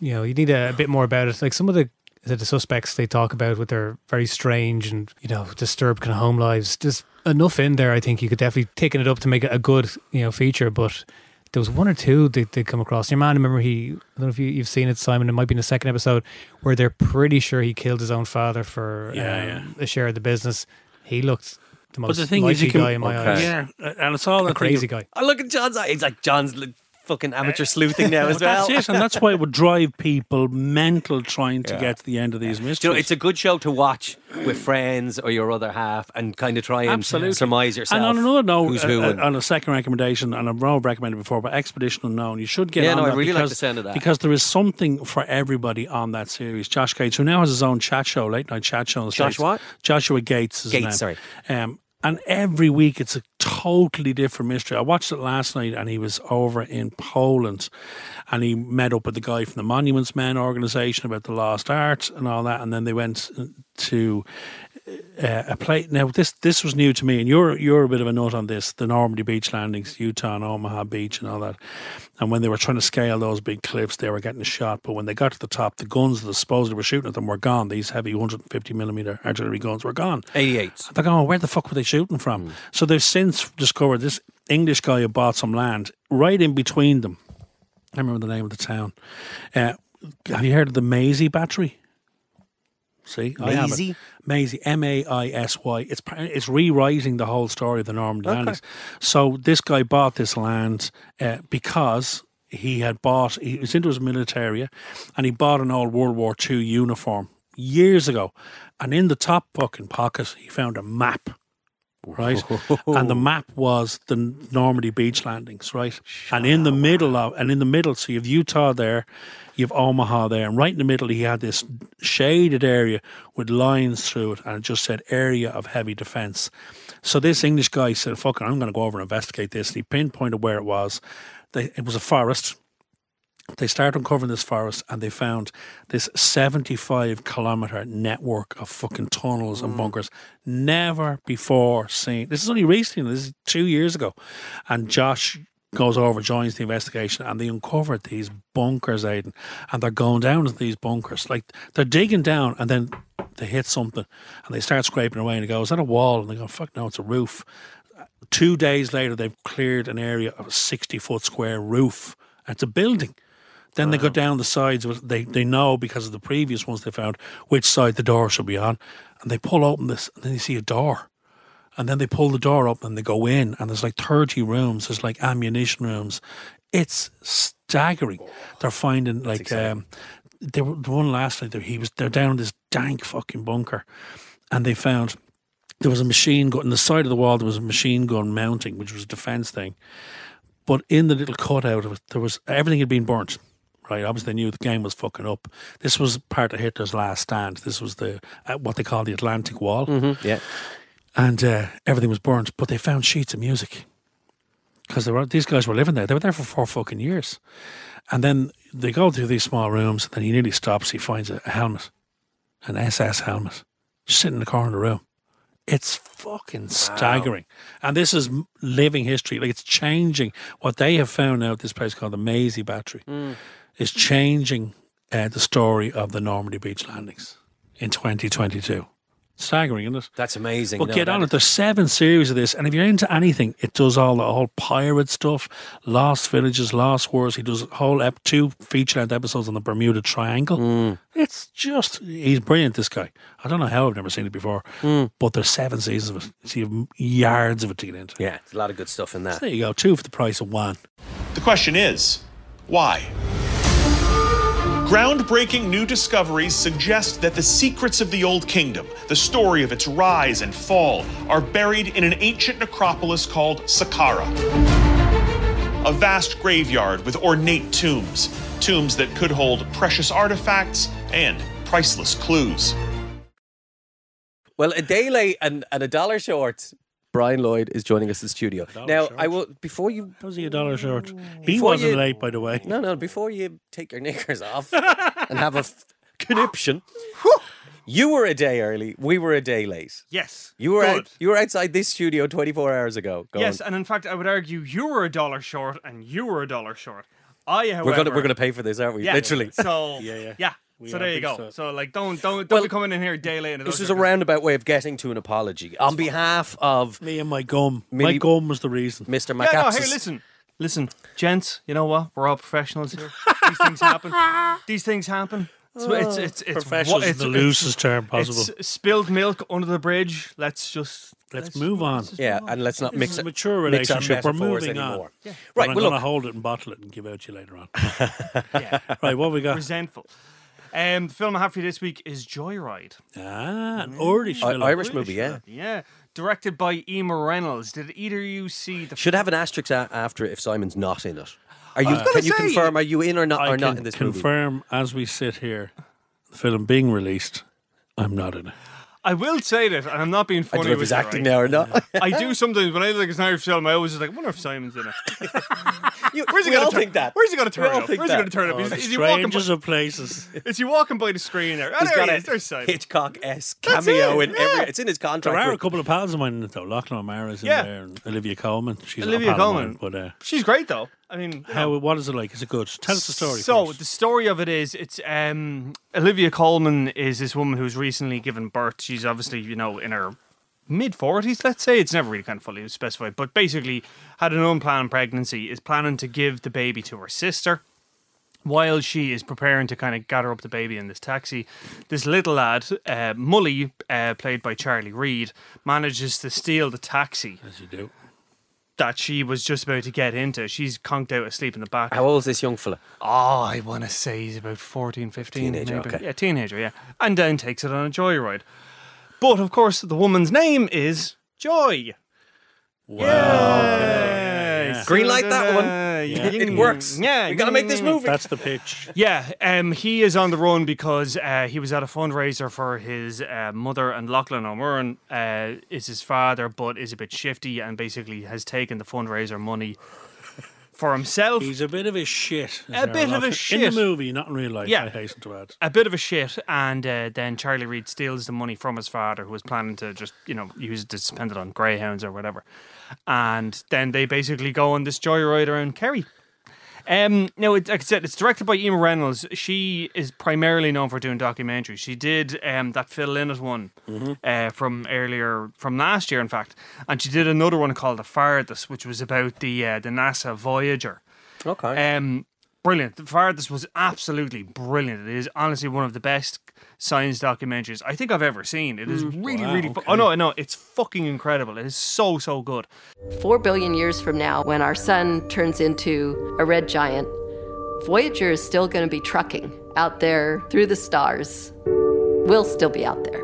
[SPEAKER 4] You know, you need a, a bit more about it. Like some of the the the suspects they talk about with their very strange and you know disturbed kind of home lives. There's enough in there. I think you could definitely taken it up to make it a good you know feature, but. There was one or two they, they come across. Your man, remember he? I don't know if you, you've seen it, Simon. It might be in the second episode where they're pretty sure he killed his own father for
[SPEAKER 2] Yeah,
[SPEAKER 4] um, a share of the business. He looked the
[SPEAKER 2] But
[SPEAKER 4] most
[SPEAKER 2] the thing is, you
[SPEAKER 4] likely
[SPEAKER 2] can
[SPEAKER 4] guy in my
[SPEAKER 3] Okay.
[SPEAKER 4] eyes,
[SPEAKER 2] yeah, and it's all
[SPEAKER 4] a crazy guy.
[SPEAKER 3] I look at John's. eye- It's like John's li- fucking amateur sleuthing now as well.
[SPEAKER 2] That's it, and that's why it would drive people mental trying to get to the end of these mysteries.
[SPEAKER 3] Do you know, it's a good show to watch with friends or your other half and kind of try and
[SPEAKER 2] Absolutely.
[SPEAKER 3] surmise yourself.
[SPEAKER 2] And on another note,
[SPEAKER 3] who's
[SPEAKER 2] uh,
[SPEAKER 3] who?
[SPEAKER 2] uh,
[SPEAKER 3] and-
[SPEAKER 2] on a second recommendation, and I've not recommended before, but Expedition Unknown, you should get
[SPEAKER 3] Yeah,
[SPEAKER 2] on
[SPEAKER 3] no, I
[SPEAKER 2] that
[SPEAKER 3] really like
[SPEAKER 2] because,
[SPEAKER 3] the sound of that.
[SPEAKER 2] Because there is something for everybody on that series. Josh Gates, who now has his own chat show, late night chat show. on the
[SPEAKER 3] Josh
[SPEAKER 2] States.
[SPEAKER 3] what?
[SPEAKER 2] Joshua Gates is his
[SPEAKER 3] Gates,
[SPEAKER 2] name.
[SPEAKER 3] sorry.
[SPEAKER 2] Um, and every week it's a totally different mystery. I watched it last night and he was over in Poland and he met up with the guy from the Monuments Men organization about the lost art and all that. And then they went to uh, a place. Now, this this was new to me and you're, you're a bit of a nut on this the Normandy beach landings, Utah and Omaha Beach and all that. And when they were trying to scale those big cliffs, they were getting shot. But when they got to the top, the guns that supposedly were shooting at them were gone. These heavy 150 millimeter artillery guns were gone.
[SPEAKER 3] 88.
[SPEAKER 2] They're going, where the fuck were they shooting from? So they've since discovered this English guy who bought some land right in between them. I remember the name of the town. Uh, have you heard of the Maisie Battery? See, I have it.
[SPEAKER 3] Maisie?
[SPEAKER 2] Maisie, M A I S Y. It's par- it's rewriting the whole story of the Normandy landings. So this guy bought this land uh, because he had bought, he was into his military and he bought an old World War II uniform years ago. And in the top fucking pocket, he found a map right? and the map was the Normandy beach landings, right? and in the middle of, and in the middle, so you've Utah there, you've Omaha there, and right in the middle, he had this shaded area with lines through it, and it just said area of heavy defense. So this English guy said, "Fucking, I'm going to go over and investigate this," and he pinpointed where it was. They, it was a forest. They started uncovering this forest and they found this 75 kilometer network of fucking tunnels and bunkers never before seen. This is only recently, this is two years ago. And Josh goes over, joins the investigation, and they uncovered these bunkers, Aiden. And they're going down into these bunkers. Like they're digging down and then they hit something and they start scraping away and they go, Is that a wall? And they go, Fuck no, it's a roof. Two days later, they've cleared an area of a 60 foot square roof. It's a building. Then they go down the sides. of it. They they know because of the previous ones they found which side the door should be on, and they pull open this, and then you see a door, and then they pull the door up and they go in, and there's like thirty rooms. There's like ammunition rooms. It's staggering. They're finding like um, they were the one last night. that He was they're down in this dank fucking bunker, and they found there was a machine gun in the side of the wall. There was a machine gun mounting, which was a defense thing. But in the little cutout of it, there was everything had been burnt. Right, obviously they knew the game was fucking up. This was part of Hitler's last stand. This was the uh, what they call the Atlantic Wall,
[SPEAKER 3] yeah.
[SPEAKER 2] and uh, everything was burnt. But they found sheets of music because they were these guys were living there. They were there for four fucking years, and then they go through these small rooms. And then he nearly stops. He finds a, a helmet, an SS helmet, just sitting in the corner of the room. It's fucking staggering. And this is m- living history. Like it's changing. What they have found out, this place called the Maisie Battery, is changing uh, the story of the Normandy beach landings in 2022. Staggering, isn't it?
[SPEAKER 3] That's amazing.
[SPEAKER 2] But
[SPEAKER 3] No,
[SPEAKER 2] get
[SPEAKER 3] that
[SPEAKER 2] on
[SPEAKER 3] is-
[SPEAKER 2] it. There's seven series of this, and if you're into anything, it does all the whole pirate stuff, Lost Villages, Lost Wars. He does whole ep- two feature-length episodes on the Bermuda Triangle. It's just he's brilliant. This guy. I don't know how I've never seen it before, but there's seven seasons of it. So you have yards of it to get into.
[SPEAKER 3] Yeah, there's a lot of good stuff in that.
[SPEAKER 2] There you go. Two for the price of one.
[SPEAKER 5] The question is why? Groundbreaking new discoveries suggest that the secrets of the Old Kingdom, the story of its rise and fall, are buried in an ancient necropolis called Saqqara. A vast graveyard with ornate tombs, tombs that could hold precious artifacts and priceless clues.
[SPEAKER 3] Well, a day late and, and a dollar short. Brian Lloyd is joining us in the studio. Now, I will before you
[SPEAKER 2] How's he a dollar short? He
[SPEAKER 3] Before
[SPEAKER 2] wasn't
[SPEAKER 3] you-
[SPEAKER 2] late, by the way.
[SPEAKER 3] no no before you take your knickers off and have a f- conniption. you were a day early. We were a day late.
[SPEAKER 6] Yes.
[SPEAKER 3] You were
[SPEAKER 6] Good.
[SPEAKER 3] out, you were outside this studio 24 hours ago. Going,
[SPEAKER 6] Yes, and in fact, I would argue you were a dollar short and you were a dollar short. I, however,
[SPEAKER 3] we're gonna we're gonna pay for this, aren't we?
[SPEAKER 6] yeah,
[SPEAKER 3] Literally.
[SPEAKER 6] So yeah,
[SPEAKER 2] yeah.
[SPEAKER 6] yeah.
[SPEAKER 2] We
[SPEAKER 6] so
[SPEAKER 2] are
[SPEAKER 6] there you
[SPEAKER 2] big
[SPEAKER 6] go.
[SPEAKER 2] stuff.
[SPEAKER 6] So like, don't don't don't
[SPEAKER 3] Well,
[SPEAKER 6] be coming in here day late. and
[SPEAKER 3] This
[SPEAKER 6] those
[SPEAKER 3] is
[SPEAKER 6] are
[SPEAKER 3] a roundabout way of getting to an apology on behalf of
[SPEAKER 2] Me and my gum. my
[SPEAKER 3] Millie-
[SPEAKER 2] gum was the reason.
[SPEAKER 3] Mr.
[SPEAKER 6] Yeah, no, here,
[SPEAKER 3] Macapsis.
[SPEAKER 6] listen. Listen, gents, you know what? We're all professionals here. These things happen. These things happen. It's it's it's, it's,
[SPEAKER 2] Ah, Professionals
[SPEAKER 6] it's,
[SPEAKER 2] in the
[SPEAKER 6] it's-
[SPEAKER 2] loosest term possible.
[SPEAKER 6] It's spilled milk under the bridge. Let's just
[SPEAKER 2] Let's, move on.
[SPEAKER 3] Yeah, and let's not mix
[SPEAKER 2] It's a
[SPEAKER 3] it.
[SPEAKER 2] mature
[SPEAKER 3] mix our
[SPEAKER 2] relationship. We're
[SPEAKER 3] metaphors
[SPEAKER 2] moving on.
[SPEAKER 3] anymore.
[SPEAKER 2] Right,
[SPEAKER 3] Right,
[SPEAKER 2] I'm
[SPEAKER 3] well,
[SPEAKER 2] going to
[SPEAKER 3] look.
[SPEAKER 2] hold it and bottle it and give out to you later on. Right, what we got?
[SPEAKER 6] resentful. Um, the film I have for you this week is Joyride.
[SPEAKER 2] Ah, an Irish
[SPEAKER 3] I-
[SPEAKER 2] film.
[SPEAKER 3] Irish movie, yeah.
[SPEAKER 6] Yeah, directed by Emma Reynolds. Did either you see the?
[SPEAKER 3] Should have an asterisk a- after it if Simon's not in it. Are you?
[SPEAKER 6] gonna
[SPEAKER 3] Can you
[SPEAKER 6] say-
[SPEAKER 3] confirm? Are you in or not?
[SPEAKER 2] I
[SPEAKER 3] Or
[SPEAKER 2] can
[SPEAKER 3] not in this movie?
[SPEAKER 2] confirm as we sit here, the film being released, I'm not in it.
[SPEAKER 6] I will say this, and I'm not being
[SPEAKER 3] I don't
[SPEAKER 6] funny
[SPEAKER 3] know if
[SPEAKER 6] with
[SPEAKER 3] he's
[SPEAKER 6] it,
[SPEAKER 3] acting
[SPEAKER 6] right?
[SPEAKER 3] now or not.
[SPEAKER 6] I do sometimes when I look at an Irish film, I always just like, I wonder if Simon's in it.
[SPEAKER 3] You-
[SPEAKER 6] Where's he
[SPEAKER 3] we
[SPEAKER 6] gonna
[SPEAKER 3] all
[SPEAKER 6] turn?
[SPEAKER 3] think that.
[SPEAKER 6] Where's he gonna
[SPEAKER 3] We
[SPEAKER 6] turn
[SPEAKER 3] all
[SPEAKER 6] up?
[SPEAKER 3] think
[SPEAKER 6] Where's he
[SPEAKER 3] that. Oh,
[SPEAKER 6] gonna turn up? Is,
[SPEAKER 2] the
[SPEAKER 6] is he walking? By,
[SPEAKER 2] strangers of places.
[SPEAKER 6] is he walking by the screen there? Oh,
[SPEAKER 3] He's
[SPEAKER 6] there
[SPEAKER 3] got
[SPEAKER 6] he
[SPEAKER 3] a
[SPEAKER 6] is. There's Simon.
[SPEAKER 3] Hitchcock esque cameo
[SPEAKER 6] it,
[SPEAKER 3] in every.
[SPEAKER 6] yeah.
[SPEAKER 3] It's in his
[SPEAKER 2] There
[SPEAKER 3] contract.
[SPEAKER 2] are a
[SPEAKER 3] with-
[SPEAKER 2] couple of pals of mine in it, though. Lachlan O'Mara's in
[SPEAKER 6] Yeah.
[SPEAKER 2] there and Olivia Coleman. She's not a
[SPEAKER 6] Olivia
[SPEAKER 2] pal of
[SPEAKER 6] Colman.
[SPEAKER 2] mine, But, uh,
[SPEAKER 6] She's great though. I mean, you
[SPEAKER 2] how, what is it like? Is it good? Tell us the story.
[SPEAKER 6] So
[SPEAKER 2] first.
[SPEAKER 6] the story of it is, it's um, Olivia Coleman is this woman who's recently given birth. She's obviously, you know, in her mid forties, let's say. It's never really kind of fully specified, but basically had an unplanned pregnancy. Is planning to give the baby to her sister while she is preparing to kind of gather up the baby in this taxi, this little lad, uh, Mully, uh, played by Charlie Reed, manages to steal the taxi
[SPEAKER 2] As you do.
[SPEAKER 6] that she was just about to get into. She's conked out asleep in the back.
[SPEAKER 3] How old is this young fella?
[SPEAKER 6] Oh, I want to say he's about 14, 15.
[SPEAKER 3] Teenager,
[SPEAKER 6] maybe.
[SPEAKER 3] okay.
[SPEAKER 6] Yeah, teenager, yeah. And down takes it on a joyride. But of course, the woman's name is Joy. Wow.
[SPEAKER 3] Green light that one. It works.
[SPEAKER 6] Mm, Yeah.
[SPEAKER 3] we gotta make this movie.
[SPEAKER 2] That's the pitch.
[SPEAKER 6] Yeah, um, he is on the run because uh, he was at a fundraiser for his uh, mother, and Lachlan O'Murran uh, is his father, but is a bit shifty and basically has taken the fundraiser money for himself.
[SPEAKER 2] He's a bit of a shit.
[SPEAKER 6] A bit of a
[SPEAKER 2] In
[SPEAKER 6] shit.
[SPEAKER 2] the movie, not in real life,
[SPEAKER 6] Yeah.
[SPEAKER 2] I hasten to add.
[SPEAKER 6] a bit of a shit, and uh, then Charlie Reed steals the money from his father, who was planning to just you know use it to spend it on greyhounds or whatever. And then they basically go on this joyride around Kerry. Um, no, it, like I said, it's directed by Emma Reynolds. She is primarily known for doing documentaries. She did um, that Phil Lynott one uh, from earlier, from last year, in fact, and she did another one called The Farthest, which was about the uh, the NASA Voyager.
[SPEAKER 3] okay.
[SPEAKER 6] Um, brilliant. The Farthest was absolutely brilliant. It is honestly one of the best science documentaries I think I've ever seen. It is
[SPEAKER 3] Mm.
[SPEAKER 6] really, really. fu- oh no, no, it's fucking incredible. It is so, so good.
[SPEAKER 7] Four billion years from now, when our sun turns into a red giant, Voyager is still going to be trucking out there through the stars. We'll still be out there.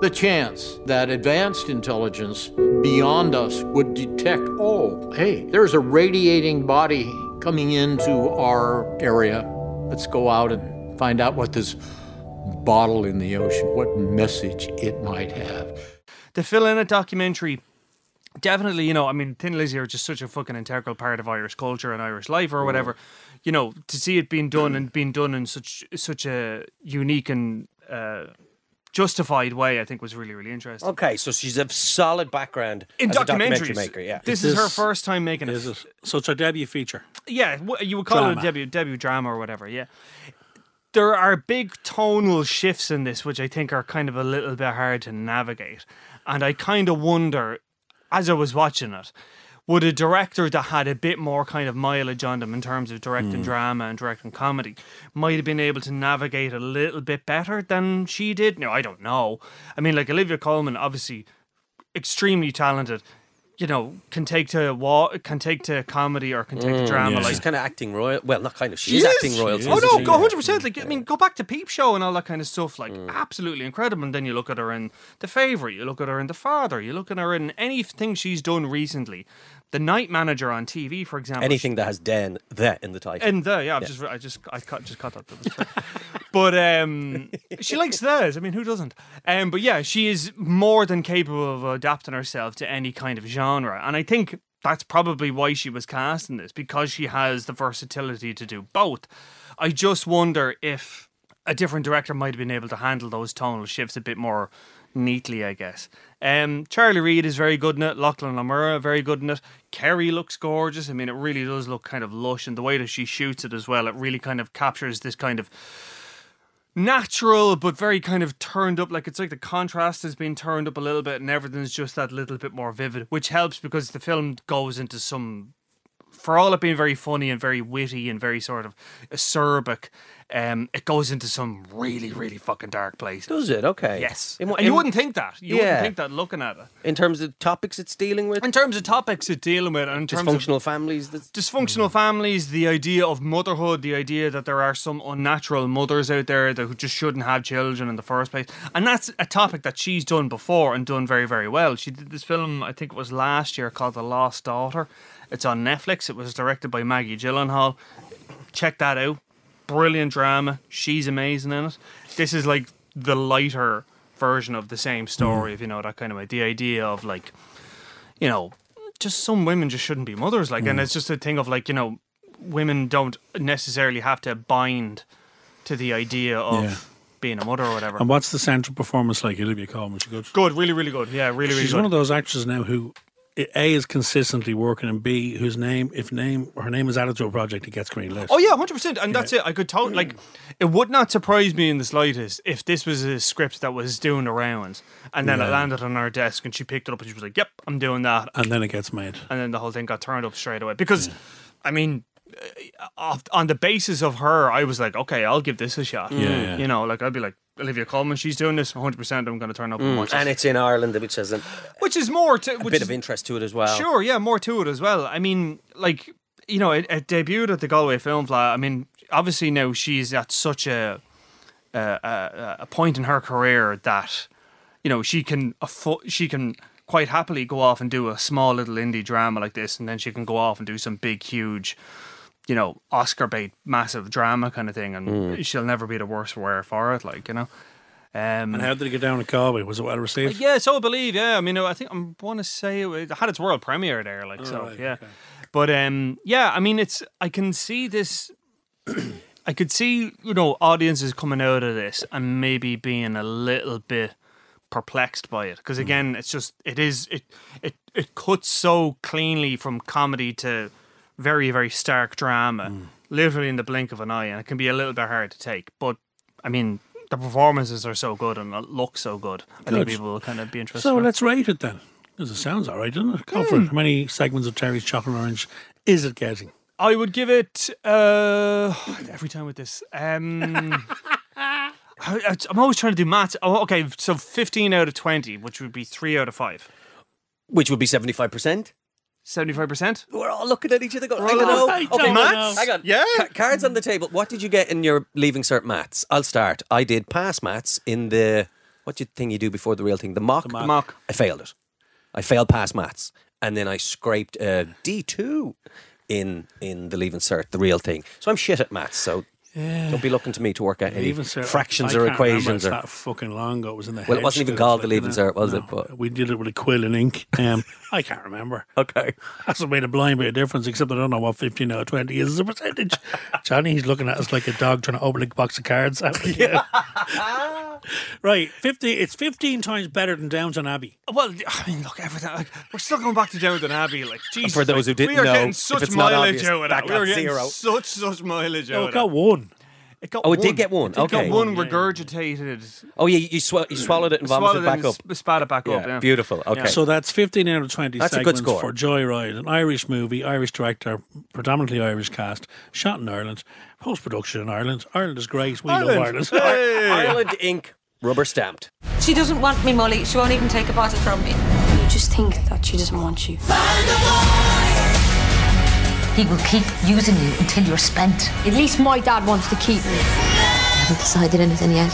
[SPEAKER 8] The chance that advanced intelligence beyond us would detect, oh, hey, there's a radiating body coming into our area. Let's go out and find out what this bottle in the ocean, what message it might have.
[SPEAKER 6] The Phil Lynott documentary. Definitely, you know, I mean, Thin Lizzy are just such a fucking integral part of Irish culture and Irish life,
[SPEAKER 3] Mm.
[SPEAKER 6] or whatever. You know, to see it being done and being done in such such a unique and uh, justified way, I think was really, really interesting.
[SPEAKER 3] okay, so she's a solid background
[SPEAKER 6] in
[SPEAKER 3] as a
[SPEAKER 6] documentaries.
[SPEAKER 3] documentary maker. Yeah.
[SPEAKER 6] This
[SPEAKER 2] Is
[SPEAKER 6] is, her
[SPEAKER 2] this-
[SPEAKER 6] first time making
[SPEAKER 2] Is
[SPEAKER 6] it.
[SPEAKER 2] it? So it's a debut feature.
[SPEAKER 6] Yeah, wh- you would call it
[SPEAKER 2] Drama.
[SPEAKER 6] a debut debut drama or whatever. Yeah. There are big tonal shifts in this, which I think are kind of a little bit hard to navigate. And I kind of wonder, as I was watching it, would a director that had a bit more kind of mileage on them in terms of directing drama and directing comedy might have been able to navigate a little bit better than she did? No, I don't know. I mean, like Olivia Colman, obviously extremely talented. You know, can take to wa- can take to comedy or can take to drama.
[SPEAKER 3] She's
[SPEAKER 6] Like
[SPEAKER 3] kind of acting royal. Well, not kind of. She's acting royalty.
[SPEAKER 6] Oh
[SPEAKER 3] isn't
[SPEAKER 6] no,
[SPEAKER 3] she?
[SPEAKER 6] go 100. percent Like I mean, go back to Peep Show and all that kind of stuff. Like absolutely incredible. And then you look at her in The Favorite. You look at her in The Father. You look at her in anything she's done recently. The Night Manager on TV, for example.
[SPEAKER 3] Anything that has "den" that in the title.
[SPEAKER 6] And the yeah, I've just I just I cut just cut that. that was fair. but um, she likes theirs. I mean, who doesn't? Um, but yeah, she is more than capable of adapting herself to any kind of genre, and I think that's probably why she was cast in this because she has the versatility to do both. I just wonder if a different director might have been able to handle those tonal shifts a bit more neatly, I guess. Um, Charlie Reed is very good in it. Lachlan O'Mara very good in it. Kerry looks gorgeous. I mean, it really does look kind of lush, and the way that she shoots it as well, it really kind of captures this kind of natural but very kind of turned up like it's like the contrast has been turned up a little bit and everything's just that little bit more vivid which helps because the film goes into some for all it being very funny and very witty and very sort of acerbic um it goes into some really really fucking dark places
[SPEAKER 3] Does it? Okay.
[SPEAKER 6] yes
[SPEAKER 3] In, what-
[SPEAKER 6] and you
[SPEAKER 3] in-
[SPEAKER 6] wouldn't think that you
[SPEAKER 3] Yeah.
[SPEAKER 6] wouldn't think that looking at it
[SPEAKER 3] in terms of topics it's dealing with,
[SPEAKER 6] in terms of topics it's dealing with and in terms of
[SPEAKER 3] dysfunctional families. That's,
[SPEAKER 6] dysfunctional families, the idea of motherhood, the idea that there are some unnatural mothers out there that who just shouldn't have children in the first place. And that's a topic that she's done before and done very, very well. She did this film, I think it was last year, called The Lost Daughter. It's on Netflix. It was directed by Maggie Gyllenhaal. Check that out. Brilliant drama. She's amazing in it. This is like the lighter version of the
[SPEAKER 2] Mm.
[SPEAKER 6] same story, if you know that kind of way. The idea of like you know, just some women just shouldn't be mothers. Like,
[SPEAKER 2] Mm.
[SPEAKER 6] and it's just a thing of like, you know, women don't necessarily have to bind to the idea of
[SPEAKER 2] Yeah.
[SPEAKER 6] being a mother or whatever.
[SPEAKER 2] And what's the central performance like? Olivia Colman, she good.
[SPEAKER 6] good, really, really good. Yeah, really, really
[SPEAKER 2] She's
[SPEAKER 6] good.
[SPEAKER 2] one of those actors now who, A, is consistently working, and B, whose name, if name, her name is added to a project, it gets greenlit.
[SPEAKER 6] Oh yeah, hundred percent, and that's it. I could tell. Like, it would not surprise me in the slightest if this was a script that was doing the rounds, and then it landed on our desk, and she picked it up, and she was like, "Yep, I'm doing that,"
[SPEAKER 2] And then it gets made.
[SPEAKER 6] and then the whole thing got turned up straight away. Because, I mean, uh, off, on the basis of her, I was like, okay, I'll give this a shot.
[SPEAKER 2] Yeah.
[SPEAKER 6] You know, like I'd be like, Olivia Colman, she's doing this 100%. I'm going to turn up and watch
[SPEAKER 3] And
[SPEAKER 6] it.
[SPEAKER 3] it's in Ireland, which has a
[SPEAKER 6] Which is more to, which
[SPEAKER 3] bit
[SPEAKER 6] is,
[SPEAKER 3] of interest to it as well.
[SPEAKER 6] Sure, yeah, more to it as well. I mean, like you know, it, it debuted at the Galway Film Festival. I mean, obviously now she's at such a a, a a point in her career that you know she can affo- she can quite happily go off and do a small little indie drama like this, and then she can go off and do some big, huge. You know, Oscar bait, massive drama kind of thing, and she'll never be the worse for wear for it. Like you know, um,
[SPEAKER 2] And how did it get down at Galway? Was it well received?
[SPEAKER 6] yeah, so I believe. Yeah, I mean, I think I want to say it, was- it had its world premiere there, like so.
[SPEAKER 2] right,
[SPEAKER 6] yeah, but um, yeah, I mean, it's I can see this. I could see you know audiences coming out of this and maybe being a little bit perplexed by it
[SPEAKER 2] Mm.
[SPEAKER 6] because again, it's just it is it it it cuts so cleanly from comedy to very very stark drama,
[SPEAKER 2] Mm.
[SPEAKER 6] literally in the blink of an eye, and it can be a little bit hard to take, but. I mean, the performances are so good and it looks so good. I
[SPEAKER 2] Good.
[SPEAKER 6] think people will kind of be interested.
[SPEAKER 2] So
[SPEAKER 6] in it.
[SPEAKER 2] let's rate it then. Because it sounds all right, doesn't it?
[SPEAKER 6] Hmm.
[SPEAKER 2] Go for it. How many segments of Terry's Chocolate Orange is it getting?
[SPEAKER 6] I would give it uh, every time with this. Um, I, am always trying to do maths. Oh, okay, so 15 out of 20, which would be three out of five.
[SPEAKER 3] Which would be 75%.
[SPEAKER 6] 75%?
[SPEAKER 3] We're all looking at each other going, I
[SPEAKER 6] all
[SPEAKER 3] don't know.
[SPEAKER 6] like, I
[SPEAKER 3] Okay,
[SPEAKER 6] don't
[SPEAKER 3] maths?
[SPEAKER 6] know.
[SPEAKER 3] Hang on.
[SPEAKER 6] Yeah.
[SPEAKER 3] Ca- cards on the table. What did you get in your leaving cert maths? I'll start. I did pass maths in the, what you thing you do before the real thing? The mock. The
[SPEAKER 2] mock.
[SPEAKER 6] Mark.
[SPEAKER 3] I failed it. I failed pass maths, and then I scraped a D two in in the leave insert, the real thing. So I'm shit at maths. So don't be looking to me to work out any
[SPEAKER 2] Even so,
[SPEAKER 3] fractions
[SPEAKER 2] I
[SPEAKER 3] or
[SPEAKER 2] can't remember.
[SPEAKER 3] equations
[SPEAKER 2] It's
[SPEAKER 3] or.
[SPEAKER 2] that fucking long ago. It was in the
[SPEAKER 3] Well, it wasn't even called the Leaving
[SPEAKER 2] Cert,
[SPEAKER 3] Cert, was it? But-
[SPEAKER 2] we did it with a quill and ink. Um, I can't remember.
[SPEAKER 3] Okay.
[SPEAKER 2] Hasn't made a blind bit of difference, except I don't know what fifteen out of twenty is as a percentage. Johnny, he's looking at us like a dog trying to open a box of cards. right, fifty. It's fifteen times better than Downton Abbey.
[SPEAKER 6] Well, I mean, look, everything. Like, we're still going back to Jonathan Abbey. Like, Jesus,
[SPEAKER 3] For those
[SPEAKER 6] like,
[SPEAKER 3] who didn't
[SPEAKER 6] we are
[SPEAKER 3] know,
[SPEAKER 6] getting
[SPEAKER 3] if
[SPEAKER 6] such
[SPEAKER 3] it's not
[SPEAKER 6] mileage
[SPEAKER 3] obvious,
[SPEAKER 6] out of that.
[SPEAKER 3] that
[SPEAKER 6] We are
[SPEAKER 3] got
[SPEAKER 6] getting
[SPEAKER 3] zero.
[SPEAKER 6] such, such mileage
[SPEAKER 2] Oh,
[SPEAKER 6] out
[SPEAKER 2] it
[SPEAKER 6] of
[SPEAKER 2] got
[SPEAKER 6] that.
[SPEAKER 2] one.
[SPEAKER 6] It got
[SPEAKER 3] Oh, it did get one.
[SPEAKER 6] It
[SPEAKER 3] Okay.
[SPEAKER 6] got one regurgitated.
[SPEAKER 3] Oh yeah, you, sw- you swallowed it and vomited
[SPEAKER 6] Swallowed
[SPEAKER 3] it
[SPEAKER 6] it
[SPEAKER 3] back
[SPEAKER 6] and
[SPEAKER 3] up.
[SPEAKER 6] sp- spat it back up.
[SPEAKER 3] Yeah,
[SPEAKER 6] Yeah.
[SPEAKER 3] Beautiful. Okay.
[SPEAKER 2] So that's 15 out of 20
[SPEAKER 3] That's a good
[SPEAKER 2] segments
[SPEAKER 3] score.
[SPEAKER 2] for Joyride, an Irish movie, Irish director, predominantly Irish cast, shot in Ireland, post production in Ireland. Ireland is great. We love Ireland.
[SPEAKER 3] Ireland Inc. Rubber stamped.
[SPEAKER 9] She doesn't want me, Molly. She won't even take a bottle from me.
[SPEAKER 10] You just think that she doesn't want you.
[SPEAKER 11] He will keep using you until you're spent.
[SPEAKER 10] At least my dad wants to keep me.
[SPEAKER 11] I haven't decided anything yet.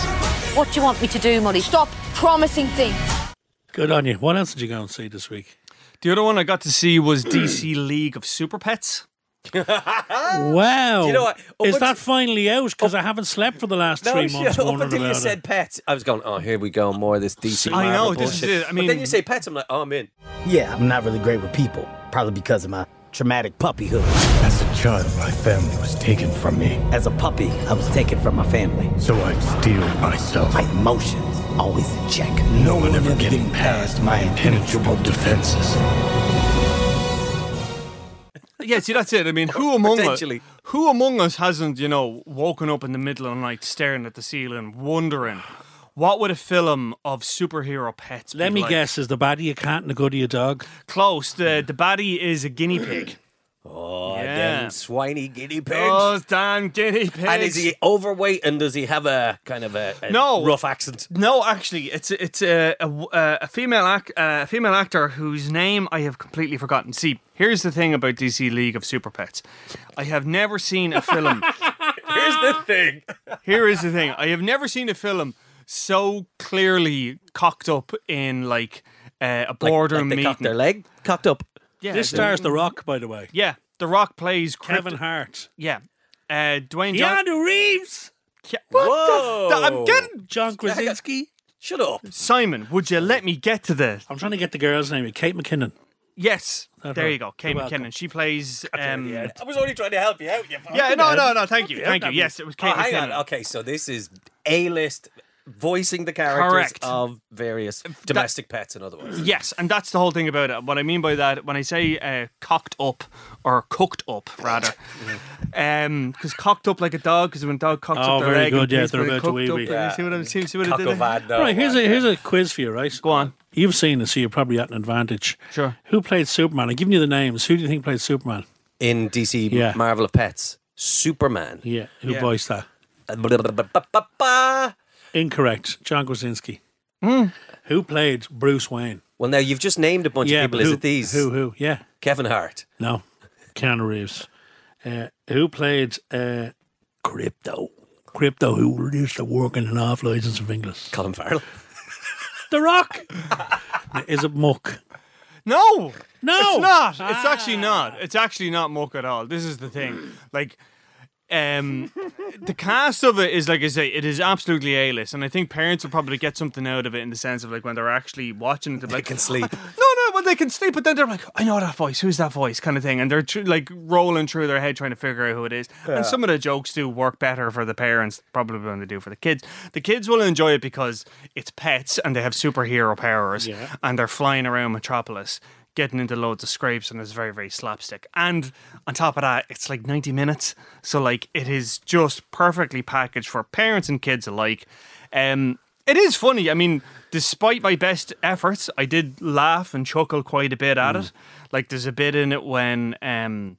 [SPEAKER 10] What do you want me to do, Molly? Stop promising things.
[SPEAKER 2] Good on you. What else did you go and see this week?
[SPEAKER 6] The other one I got to see was DC League of Super Pets.
[SPEAKER 2] Ah, Wow.
[SPEAKER 3] you know what? Oh, Up
[SPEAKER 2] Is
[SPEAKER 3] until-
[SPEAKER 2] that finally out? Because I haven't slept for the last three
[SPEAKER 3] shit,
[SPEAKER 2] months.
[SPEAKER 3] up
[SPEAKER 2] wondering
[SPEAKER 3] until you
[SPEAKER 2] about it.
[SPEAKER 3] said pets, I was going, oh, here we go, more of this DC.
[SPEAKER 6] I know,
[SPEAKER 3] Marvel
[SPEAKER 6] this is
[SPEAKER 3] bullshit."
[SPEAKER 6] it. I
[SPEAKER 3] but then
[SPEAKER 6] mean-
[SPEAKER 3] you say pets, I'm like, oh, I'm in.
[SPEAKER 12] Yeah, I'm not really great with people, probably because of my traumatic puppyhood.
[SPEAKER 10] As a child, my family was taken from me,
[SPEAKER 12] As a puppy, I was taken from my family.
[SPEAKER 10] so I steeled myself.
[SPEAKER 12] My emotions always in check.
[SPEAKER 10] no one ever getting past my impenetrable defenses.
[SPEAKER 6] Yeah, see, that's it. I mean, who among us,
[SPEAKER 3] Potentially.
[SPEAKER 6] who among us hasn't, you know, woken up in the middle of the night staring at the ceiling, wondering what would a film of superhero pets?
[SPEAKER 2] Let
[SPEAKER 6] be
[SPEAKER 2] me
[SPEAKER 6] like?
[SPEAKER 2] guess, is the baddie a cat and the goodie a dog?
[SPEAKER 6] Close. The the baddie is a guinea pig.
[SPEAKER 3] Oh,
[SPEAKER 6] Yeah.
[SPEAKER 3] damn swiny guinea pigs.
[SPEAKER 6] Oh, damn guinea pigs!
[SPEAKER 3] and is he overweight and does he have a kind of a, a
[SPEAKER 6] No.
[SPEAKER 3] rough accent?
[SPEAKER 6] No, actually, it's it's a a, a, a female ac- uh, a female actor whose name I have completely forgotten. See, here's the thing about DC League of Super Pets. I have never seen a film.
[SPEAKER 3] Here's the thing.
[SPEAKER 6] Here is the thing. I have never seen a film so clearly cocked up in like uh, a
[SPEAKER 3] Like,
[SPEAKER 6] boardroom
[SPEAKER 3] like they cocked their
[SPEAKER 6] meeting.
[SPEAKER 3] leg, cocked up.
[SPEAKER 6] yeah,
[SPEAKER 2] This
[SPEAKER 6] the-
[SPEAKER 2] stars The Rock, by the way.
[SPEAKER 6] yeah, The Rock plays Crypt-
[SPEAKER 2] Kevin Hart.
[SPEAKER 6] Yeah, uh, Dwayne Johnson.
[SPEAKER 2] Keanu Reeves.
[SPEAKER 3] Whoa.
[SPEAKER 6] I'm getting Um,
[SPEAKER 2] John Krasinski.
[SPEAKER 3] Shut up.
[SPEAKER 6] Simon. Would you let me get to this?
[SPEAKER 2] I'm trying to get the girl's name. Kate McKinnon.
[SPEAKER 6] Yes,
[SPEAKER 2] That
[SPEAKER 6] there
[SPEAKER 2] hurt.
[SPEAKER 6] you go. Kate
[SPEAKER 2] You're welcome.
[SPEAKER 6] McKinnon. She plays. Um, yeah,
[SPEAKER 3] I was only trying to help you out. You fuck.
[SPEAKER 6] no, no, no. Thank you,
[SPEAKER 2] Yeah,
[SPEAKER 6] thank
[SPEAKER 2] that means-
[SPEAKER 6] you. Yes, it was
[SPEAKER 3] Oh,
[SPEAKER 6] Kate
[SPEAKER 3] hang on.
[SPEAKER 6] McKinnon.
[SPEAKER 3] Okay, so this is A-list voicing the characters
[SPEAKER 6] Correct.
[SPEAKER 3] of various domestic pets and otherwise.
[SPEAKER 6] Yes, and that's the whole thing about it. What I mean by that, when I say uh, cocked up or cooked up, rather, because cocked up like a dog, because when a dog cocks
[SPEAKER 2] Oh,
[SPEAKER 6] up their
[SPEAKER 2] very
[SPEAKER 6] egg,
[SPEAKER 2] good,
[SPEAKER 6] and
[SPEAKER 2] yeah,
[SPEAKER 6] pees,
[SPEAKER 2] they're
[SPEAKER 6] but it
[SPEAKER 2] about to
[SPEAKER 6] cooked
[SPEAKER 2] wee-wee.
[SPEAKER 6] up, uh, See what I see, see what I did? there?
[SPEAKER 3] Cockovado.
[SPEAKER 2] right, here's a here's a quiz for you, right?
[SPEAKER 6] Go on.
[SPEAKER 2] You've seen it, so you're probably at an advantage.
[SPEAKER 6] Sure.
[SPEAKER 2] Who played Superman? I'm giving you the names. Who do you think played Superman?
[SPEAKER 3] in DC
[SPEAKER 2] Yeah.
[SPEAKER 3] Marvel of Pets. Superman.
[SPEAKER 2] Yeah, who voiced that? Incorrect. John Krasinski.
[SPEAKER 6] Hmm.
[SPEAKER 2] Who played Bruce Wayne?
[SPEAKER 3] Well, now you've just named a bunch
[SPEAKER 2] Yeah,
[SPEAKER 3] of people.
[SPEAKER 2] but
[SPEAKER 3] Is
[SPEAKER 2] who-
[SPEAKER 3] it these?
[SPEAKER 2] Who? Who? Yeah.
[SPEAKER 3] Kevin Hart.
[SPEAKER 2] No. Keanu Reeves. Uh, who played uh, Crypto? Crypto, who used to work in an off license of England.
[SPEAKER 3] Colin Farrell.
[SPEAKER 2] The Rock. Is it Muck?
[SPEAKER 6] No,
[SPEAKER 2] no, Ah.
[SPEAKER 6] it's not. It's actually not. It's actually not muck at all. This is the thing. Like, um, the cast of it is like I say, it is absolutely a list, and I think parents will probably get something out of it in the sense of like when they're actually watching it, they're like,
[SPEAKER 3] can sleep.
[SPEAKER 6] No, no, well they can sleep, but then they're like, I know that voice. Who's that voice? Kind of thing, and they're tr- like rolling through their head trying to figure out who it is.
[SPEAKER 3] Yeah.
[SPEAKER 6] And some of the jokes do work better for the parents probably than they do for the kids. The kids will enjoy it because it's pets and they have superhero powers
[SPEAKER 2] Yeah.
[SPEAKER 6] and they're flying around Metropolis, getting into loads of scrapes, and it's very, very slapstick. And on top of that, it's like 90 minutes. So, like, it is just perfectly packaged for parents and kids alike. Um, it is funny. I mean, despite my best efforts, I did laugh and chuckle quite a bit at
[SPEAKER 2] Mm.
[SPEAKER 6] it. Like, there's a bit in it when. Um,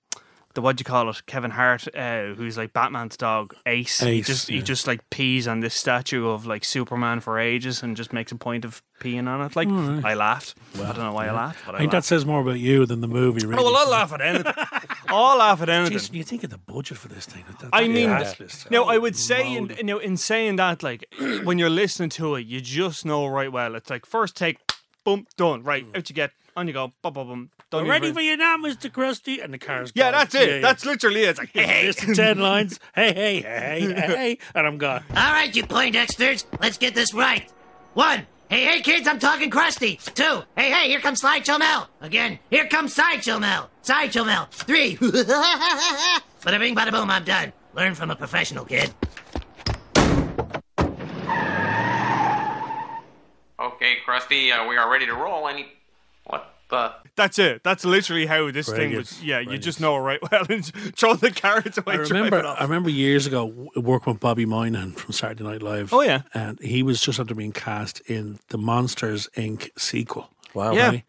[SPEAKER 6] the what do you call it? Kevin Hart, uh, who's like Batman's dog, Ace. he
[SPEAKER 2] Ace,
[SPEAKER 6] just
[SPEAKER 2] yeah.
[SPEAKER 6] he just like pees on this statue of like Superman for ages and just makes a point of peeing on it. Like
[SPEAKER 2] All right.
[SPEAKER 6] I laughed. I don't know why I laughed, but
[SPEAKER 2] I
[SPEAKER 6] I,
[SPEAKER 2] think that
[SPEAKER 6] laughed.
[SPEAKER 2] says more about you than the movie, really.
[SPEAKER 6] Oh, well, I'll laugh at anything. I'll laugh at anything.
[SPEAKER 2] Jeez, you think of the budget for this thing. That-
[SPEAKER 6] I mean,
[SPEAKER 2] that's just-
[SPEAKER 6] no, I would say, in, you know, in saying that, like when you're listening to it, you just know right well. It's like first take, boom, done. Right, out you get, on you go, bum, bum, bum. Don't
[SPEAKER 2] Mm. We're
[SPEAKER 6] even
[SPEAKER 2] ready
[SPEAKER 6] re-
[SPEAKER 2] for you now, Mr. Krusty. And the car's
[SPEAKER 6] Yeah,
[SPEAKER 2] gone.
[SPEAKER 6] that's it.
[SPEAKER 2] Yeah, yeah.
[SPEAKER 6] That's literally it. It's like, hey, hey.
[SPEAKER 2] Here's the 10 lines. Hey, hey, hey, hey, hey. And I'm gone.
[SPEAKER 13] All right, you Poindexters, let's get this right. One, hey, hey, kids, I'm talking Krusty. Two, hey, hey, here comes Slideshow Mel. Again, here comes Sideshow Mel. Sideshow Mel. Three, bada bing, bada boom, I'm done. Learn from a professional, kid.
[SPEAKER 14] Okay, Krusty, uh, we are ready to roll. Any. What the?
[SPEAKER 6] That's it. That's literally how this thing
[SPEAKER 2] Brilliant.
[SPEAKER 6] was. Yeah, you just know right well and throw the carrots away.
[SPEAKER 2] I
[SPEAKER 6] drive
[SPEAKER 2] remember,
[SPEAKER 6] it off.
[SPEAKER 2] I remember years ago w- working with Bobby Moynihan from Saturday Night Live.
[SPEAKER 6] Oh, yeah.
[SPEAKER 2] And he was just after being cast in the Monsters Inc. sequel. Wow.
[SPEAKER 6] Yeah.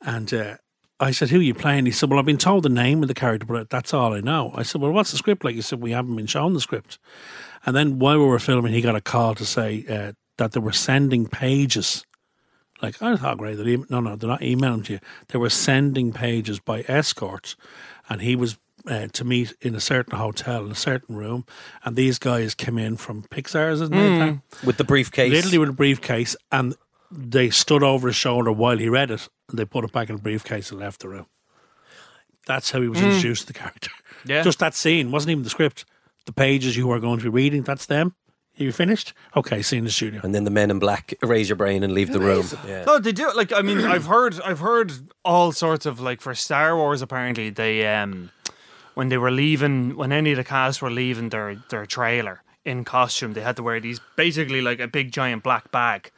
[SPEAKER 2] And uh, I said, Who are you playing? He said, Well, I've been told the name of the character, but that's all I know. I said, Well, what's the script like? He said, We haven't been shown the script. And then while we were filming, he got a call to say uh, that they were sending pages. Like, I thought, great. They're em- no, no, they're not emailing to you. They were sending pages by escorts, and he was uh, to meet in a certain hotel in a certain room. And these guys came in from Pixar's, isn't
[SPEAKER 6] Hmm.
[SPEAKER 3] Mm.
[SPEAKER 2] it?
[SPEAKER 3] With the briefcase.
[SPEAKER 2] Literally with a briefcase, and they stood over his shoulder while he read it. And they put it back in the briefcase and left the room. That's how he was
[SPEAKER 6] Mm.
[SPEAKER 2] introduced to the character.
[SPEAKER 6] Yeah.
[SPEAKER 2] Just that scene wasn't even the script. The pages you are going to be reading, that's them. You finished? Okay, see you in the studio.
[SPEAKER 3] And then the men in black erase your brain and leave the room. Yeah.
[SPEAKER 6] No, they do. Like, I mean, I've heard, I've heard all sorts of like for Star Wars. Apparently, they um, when they were leaving, when any of the cast were leaving their their trailer in costume, they had to wear these basically like a big giant black bag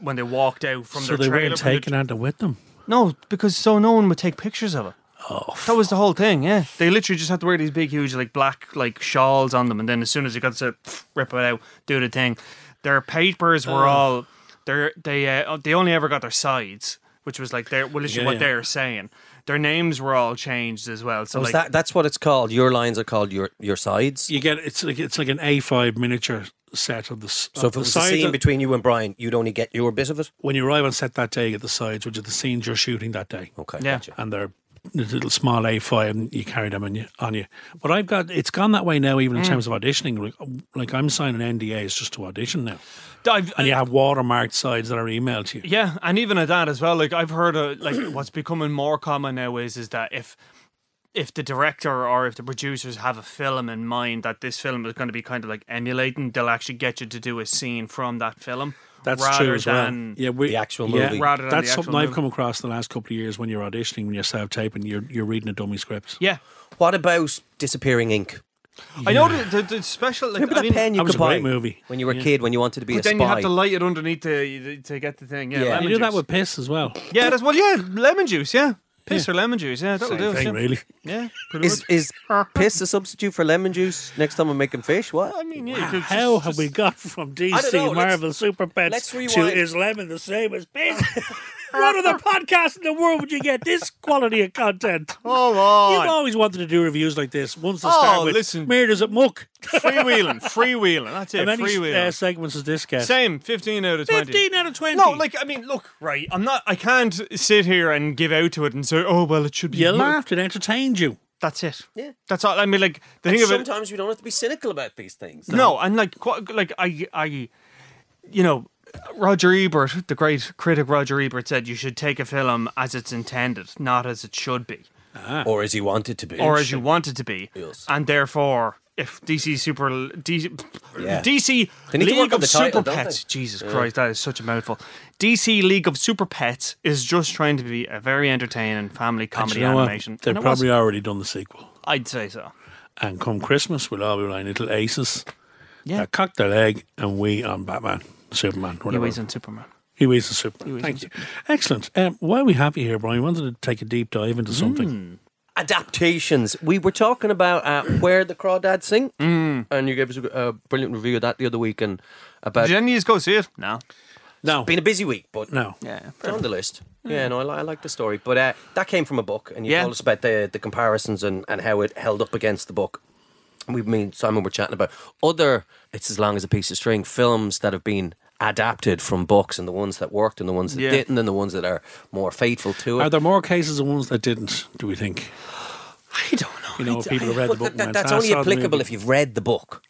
[SPEAKER 6] when they walked out from
[SPEAKER 2] so
[SPEAKER 6] their
[SPEAKER 2] they
[SPEAKER 6] trailer.
[SPEAKER 2] weren't
[SPEAKER 6] from their-
[SPEAKER 2] taking Anta with them.
[SPEAKER 6] No, because so no one would take pictures of it.
[SPEAKER 2] Oh,
[SPEAKER 6] that was the whole thing. Yeah, they literally just had to wear these big, huge, like black, like shawls on them, and then as soon as it got to pff, rip it out, do the thing. Their papers were
[SPEAKER 2] Oh.
[SPEAKER 6] all their they uh, they only ever got their sides, which was like their well, literally
[SPEAKER 3] Yeah,
[SPEAKER 6] what
[SPEAKER 3] yeah.
[SPEAKER 6] they were saying. Their names were all changed as well. So
[SPEAKER 3] So
[SPEAKER 6] like,
[SPEAKER 3] that, that's what it's called. Your lines are called your your sides.
[SPEAKER 2] You get it's like it's like an A5 miniature set of the. s-
[SPEAKER 3] So
[SPEAKER 2] of
[SPEAKER 3] if it
[SPEAKER 2] the
[SPEAKER 3] was a
[SPEAKER 2] sides
[SPEAKER 3] scene
[SPEAKER 2] of-
[SPEAKER 3] between you and Brian, you'd only get your bit of it.
[SPEAKER 2] when you arrive on set that day, you get the sides, which are the scenes you're shooting that day.
[SPEAKER 3] Okay,
[SPEAKER 2] yeah, and they're the little small A5, and you carry them on you. On you. But I've got it's gone that way now, even in
[SPEAKER 6] Mm.
[SPEAKER 2] terms of auditioning. Like, like I'm signing NDAs just to audition now,
[SPEAKER 6] I've-
[SPEAKER 2] and you have watermarked sides that are emailed to you.
[SPEAKER 6] Yeah, and even at that as well. Like I've heard, uh like what's becoming more common now is is that if if the director or if the producers have a film in mind that this film is going to be kind of like emulating, they'll actually get you to do a scene from that film.
[SPEAKER 2] That's
[SPEAKER 6] rather
[SPEAKER 2] true as
[SPEAKER 6] than
[SPEAKER 2] well. Yeah, we, yeah,
[SPEAKER 6] rather
[SPEAKER 2] that's
[SPEAKER 6] than the actual
[SPEAKER 2] something I've
[SPEAKER 6] movie.
[SPEAKER 2] come across the last couple of years when you're auditioning, when you're self-taping, you're you're reading a dummy script.
[SPEAKER 6] Yeah.
[SPEAKER 3] What about disappearing ink?
[SPEAKER 6] I know the, the, the special. Like,
[SPEAKER 3] Remember
[SPEAKER 6] I
[SPEAKER 3] that
[SPEAKER 6] mean,
[SPEAKER 3] pen you could buy when you were a
[SPEAKER 6] Yeah.
[SPEAKER 3] kid when you wanted to be a
[SPEAKER 6] But
[SPEAKER 3] spy.
[SPEAKER 6] then you have to light it underneath to to get the thing. Yeah, lemon
[SPEAKER 2] you do that
[SPEAKER 6] juice.
[SPEAKER 2] with piss as well.
[SPEAKER 6] Yeah, that's well. Yeah, lemon juice. Yeah, piss or lemon juice. Yeah, that'll
[SPEAKER 3] Same
[SPEAKER 6] do.
[SPEAKER 3] thing,
[SPEAKER 6] yeah.
[SPEAKER 3] really.
[SPEAKER 6] Yeah. pretty
[SPEAKER 3] Is
[SPEAKER 6] much.
[SPEAKER 3] is piss a substitute for lemon juice next time I'm making fish? What? I
[SPEAKER 6] mean,
[SPEAKER 2] Wow, how have we got from
[SPEAKER 3] I don't
[SPEAKER 2] DC
[SPEAKER 3] know, let's-
[SPEAKER 2] Marvel Super Pets
[SPEAKER 3] let's
[SPEAKER 2] to
[SPEAKER 3] rewind.
[SPEAKER 2] is lemon the same as piss? What other podcast in the world would you get this quality of content?
[SPEAKER 5] Oh, on.
[SPEAKER 2] You've always wanted to do reviews like this. Once to
[SPEAKER 5] Oh,
[SPEAKER 2] start with,
[SPEAKER 5] listen.
[SPEAKER 2] where does it muck?
[SPEAKER 5] Freewheeling, freewheeling. That's
[SPEAKER 2] How
[SPEAKER 5] it.
[SPEAKER 2] many
[SPEAKER 5] freewheeling.
[SPEAKER 2] uh, segments is this, guest?
[SPEAKER 5] Same, fifteen out of twenty.
[SPEAKER 2] 15 out of 20.
[SPEAKER 5] No, like I mean, look, right. I'm not. I can't sit here and give out to it and say, oh well, it should be.
[SPEAKER 2] You
[SPEAKER 5] more."
[SPEAKER 2] laughed, it entertained you.
[SPEAKER 5] That's it.
[SPEAKER 3] Yeah.
[SPEAKER 5] That's all. I mean, like the
[SPEAKER 3] And
[SPEAKER 5] thing of it.
[SPEAKER 3] sometimes we don't have to be cynical about these things.
[SPEAKER 5] No, and like, qu- like I, I, you know, Roger Ebert, the great critic Roger Ebert, said you should take a film as it's intended, not as it should be,
[SPEAKER 3] Or as you want it to be.
[SPEAKER 5] or as you want it to be,
[SPEAKER 3] Yes.
[SPEAKER 5] and therefore. If DC Super DC,
[SPEAKER 3] Yeah.
[SPEAKER 5] DC
[SPEAKER 3] They need to work
[SPEAKER 5] League
[SPEAKER 3] on
[SPEAKER 5] of
[SPEAKER 3] the title, don't
[SPEAKER 5] Super
[SPEAKER 3] they?
[SPEAKER 5] Pets, Jesus
[SPEAKER 3] Yeah.
[SPEAKER 5] Christ, that is such a mouthful. DC League of Super Pets is just trying to be a very entertaining family comedy
[SPEAKER 2] you know what?
[SPEAKER 5] animation.
[SPEAKER 2] They've
[SPEAKER 5] and it was-
[SPEAKER 2] probably already done the sequel.
[SPEAKER 5] I'd say so.
[SPEAKER 2] And come Christmas, we'll all be like little aces.
[SPEAKER 5] Yeah.
[SPEAKER 2] That cock their leg and we on Batman, Superman, whatever.
[SPEAKER 5] Anyways, on Superman.
[SPEAKER 2] He weighs the Superman. Thank you. Excellent. Um, while we have you here, Brian, I wanted to take a deep dive into
[SPEAKER 5] Hmm.
[SPEAKER 2] something.
[SPEAKER 3] Adaptations. We were talking about uh, where the crawdads sing, and you gave us a, a brilliant review of that the other week. And about
[SPEAKER 5] Did any of you go see it? No.
[SPEAKER 2] No.
[SPEAKER 3] been a busy week, but
[SPEAKER 2] No.
[SPEAKER 5] Yeah.
[SPEAKER 3] It's on the list. Yeah, no, I, li- I like the story, but uh, that came from a book, and you
[SPEAKER 5] Yeah.
[SPEAKER 3] told us about the the comparisons and, and how it held up against the book. We me and Simon were chatting about other "It's as long as a piece of string" films that have been adapted from books, and the ones that worked, and the ones that
[SPEAKER 2] Yeah.
[SPEAKER 3] didn't, and the ones that are more faithful to it.
[SPEAKER 2] Are there more cases of ones that didn't, do we think?
[SPEAKER 5] I don't know.
[SPEAKER 2] You know, people have read the
[SPEAKER 3] But
[SPEAKER 2] book. and
[SPEAKER 3] that-
[SPEAKER 2] went,
[SPEAKER 3] that's
[SPEAKER 2] "Ah,
[SPEAKER 3] only
[SPEAKER 2] sod the
[SPEAKER 3] applicable
[SPEAKER 2] movie."
[SPEAKER 3] if you've read the book.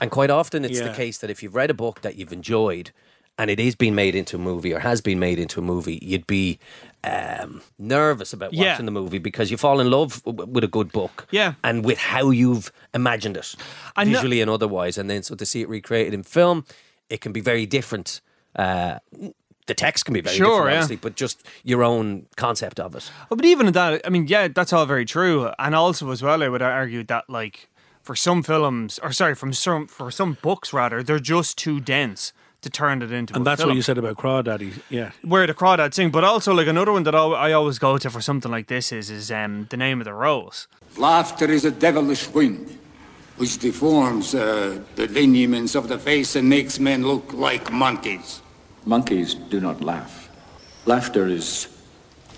[SPEAKER 3] And quite often it's
[SPEAKER 2] Yeah.
[SPEAKER 3] the case that if you've read a book that you've enjoyed and it is being made into a movie or has been made into a movie, you'd be um, nervous about watching
[SPEAKER 5] Yeah.
[SPEAKER 3] the movie because you fall in love w- with a good book
[SPEAKER 5] Yeah.
[SPEAKER 3] and with how you've imagined it
[SPEAKER 5] I know-
[SPEAKER 3] visually and otherwise. And then so to see it recreated in film, it can be very different. Uh, the text can be very
[SPEAKER 5] Sure,
[SPEAKER 3] different,
[SPEAKER 5] yeah.
[SPEAKER 3] obviously, but just your own concept of it.
[SPEAKER 5] Oh, but even in that, I mean, yeah, that's all very true. And also, as well, I would argue that, like, for some films, or sorry, from some for some books rather, they're just too dense to turn it into. a
[SPEAKER 2] And that's
[SPEAKER 5] film.
[SPEAKER 2] what you said about Crawdaddy. Yeah.
[SPEAKER 5] where the crawdad sing. But also, like another one that I I always go to for something like this is is um, the name of the rose.
[SPEAKER 4] Laughter is a devilish wind, which deforms uh, the lineaments of the face and makes men look like monkeys.
[SPEAKER 6] Monkeys do not laugh. Laughter is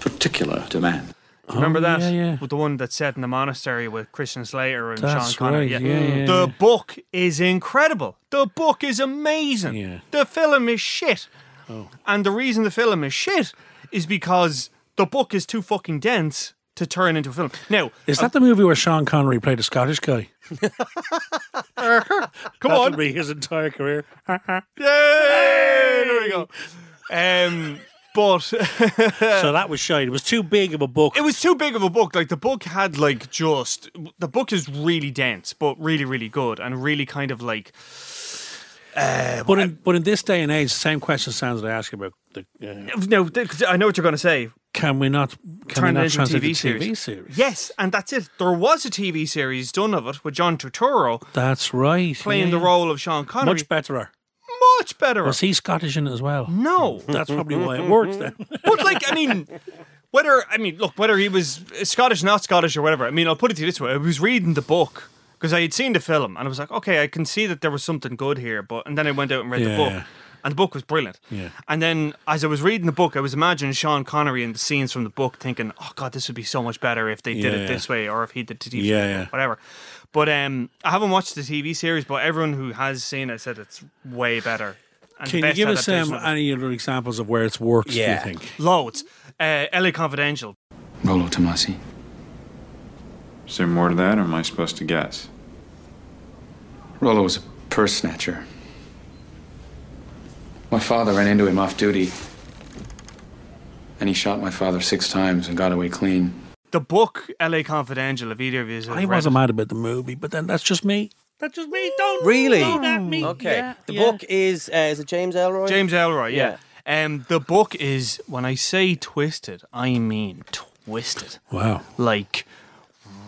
[SPEAKER 6] particular to man.
[SPEAKER 2] Oh,
[SPEAKER 5] Remember that?
[SPEAKER 6] yeah, yeah.
[SPEAKER 5] With the one that's set in the monastery with Christian Slater and
[SPEAKER 6] That's
[SPEAKER 5] Sean Connery.
[SPEAKER 6] right, yeah, yeah,
[SPEAKER 5] the
[SPEAKER 6] yeah.
[SPEAKER 5] book is incredible. The book is amazing. The film is shit.
[SPEAKER 6] Oh.
[SPEAKER 5] And the reason the film is shit is because the book is too fucking dense to turn into a film. Now,
[SPEAKER 2] Is that the movie where Sean Connery played a Scottish guy?
[SPEAKER 5] come
[SPEAKER 2] That'll
[SPEAKER 5] on.
[SPEAKER 2] be his entire career.
[SPEAKER 5] Yay! There we go. Um, but so
[SPEAKER 2] that was shite. It was too big of a book.
[SPEAKER 5] Uh, It was too big of a book. Like the book had like just the book is really dense, but really, really good and really kind of like
[SPEAKER 2] but, in, but in this day and age, same question sounds that I ask you about the. Uh,
[SPEAKER 5] no. th- 'cause I know what you're going to say.
[SPEAKER 2] can we not? Can we
[SPEAKER 5] Turn it
[SPEAKER 2] not
[SPEAKER 5] into a
[SPEAKER 2] translate
[SPEAKER 5] TV
[SPEAKER 2] the
[SPEAKER 5] series.
[SPEAKER 2] TV series?
[SPEAKER 5] Yes, and that's it. There was a TV series done of it with John Turturro
[SPEAKER 2] That's right.
[SPEAKER 5] playing
[SPEAKER 2] yeah.
[SPEAKER 5] the role of Sean Connery.
[SPEAKER 2] Much better.
[SPEAKER 5] Much better.
[SPEAKER 2] Was he Scottish in it as well?
[SPEAKER 5] No.
[SPEAKER 2] That's probably why it works then.
[SPEAKER 5] but like, I mean, whether I mean, look, whether he was Scottish, not Scottish, or whatever. I mean, I'll put it to you this way: I was reading the book because I had seen the film, and I was like, okay, I can see that there was something good here, but and then I went out and read
[SPEAKER 2] Yeah.
[SPEAKER 5] the book. And the book was brilliant.
[SPEAKER 2] Yeah.
[SPEAKER 5] And then, as I was reading the book, I was imagining Sean Connery and the scenes from the book, thinking, "Oh God, this would be so much better if they did
[SPEAKER 2] Yeah.
[SPEAKER 5] it this way, or if he did the TV,
[SPEAKER 2] Yeah, yeah.
[SPEAKER 5] whatever." But um, I haven't watched the TV series, but everyone who has seen it said it's way better. And
[SPEAKER 2] Can you
[SPEAKER 5] best
[SPEAKER 2] give us
[SPEAKER 5] adaptation
[SPEAKER 2] um,
[SPEAKER 5] of it.
[SPEAKER 2] any other examples of where it's worked?
[SPEAKER 5] Yeah.
[SPEAKER 2] Do you think?
[SPEAKER 5] Loads. Uh, LA Confidential.
[SPEAKER 15] Rolo Tomasi.
[SPEAKER 16] Is there more to that, or am I supposed to guess?
[SPEAKER 6] Rollo was a purse snatcher. My father ran into him off duty. And he shot my father six times and got away clean.
[SPEAKER 5] The book LA Confidential, if either of you have
[SPEAKER 2] I
[SPEAKER 5] read
[SPEAKER 2] wasn't
[SPEAKER 5] it.
[SPEAKER 2] mad about the movie, but then that's just me. That's just me. Don't
[SPEAKER 3] Really?
[SPEAKER 2] don't at me.
[SPEAKER 3] Hmm. Okay.
[SPEAKER 2] Yeah,
[SPEAKER 3] the
[SPEAKER 2] yeah.
[SPEAKER 3] book is uh, is it James Elroy?
[SPEAKER 5] James Elroy, yeah. Um, the book is, when I say twisted, I mean twisted.
[SPEAKER 2] Wow.
[SPEAKER 5] Like,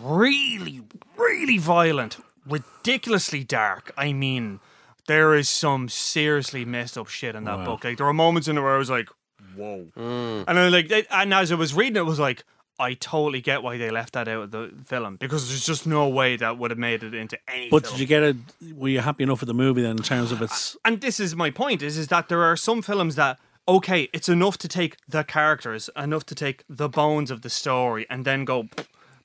[SPEAKER 5] really, really violent, ridiculously dark. I mean, there is some seriously messed up shit in that
[SPEAKER 15] Wow.
[SPEAKER 5] book. Like, there were moments in it where I was like, whoa. And I like, it- and as I was reading, it was like, I totally get why they left that out of the film because there's just no way that would have made it into any.
[SPEAKER 2] But
[SPEAKER 5] film.
[SPEAKER 2] did you get it? Were you happy enough with the movie then, in terms of its?
[SPEAKER 5] and this is my point is is that there are some films that okay, it's enough to take the characters, enough to take the bones of the story, and then go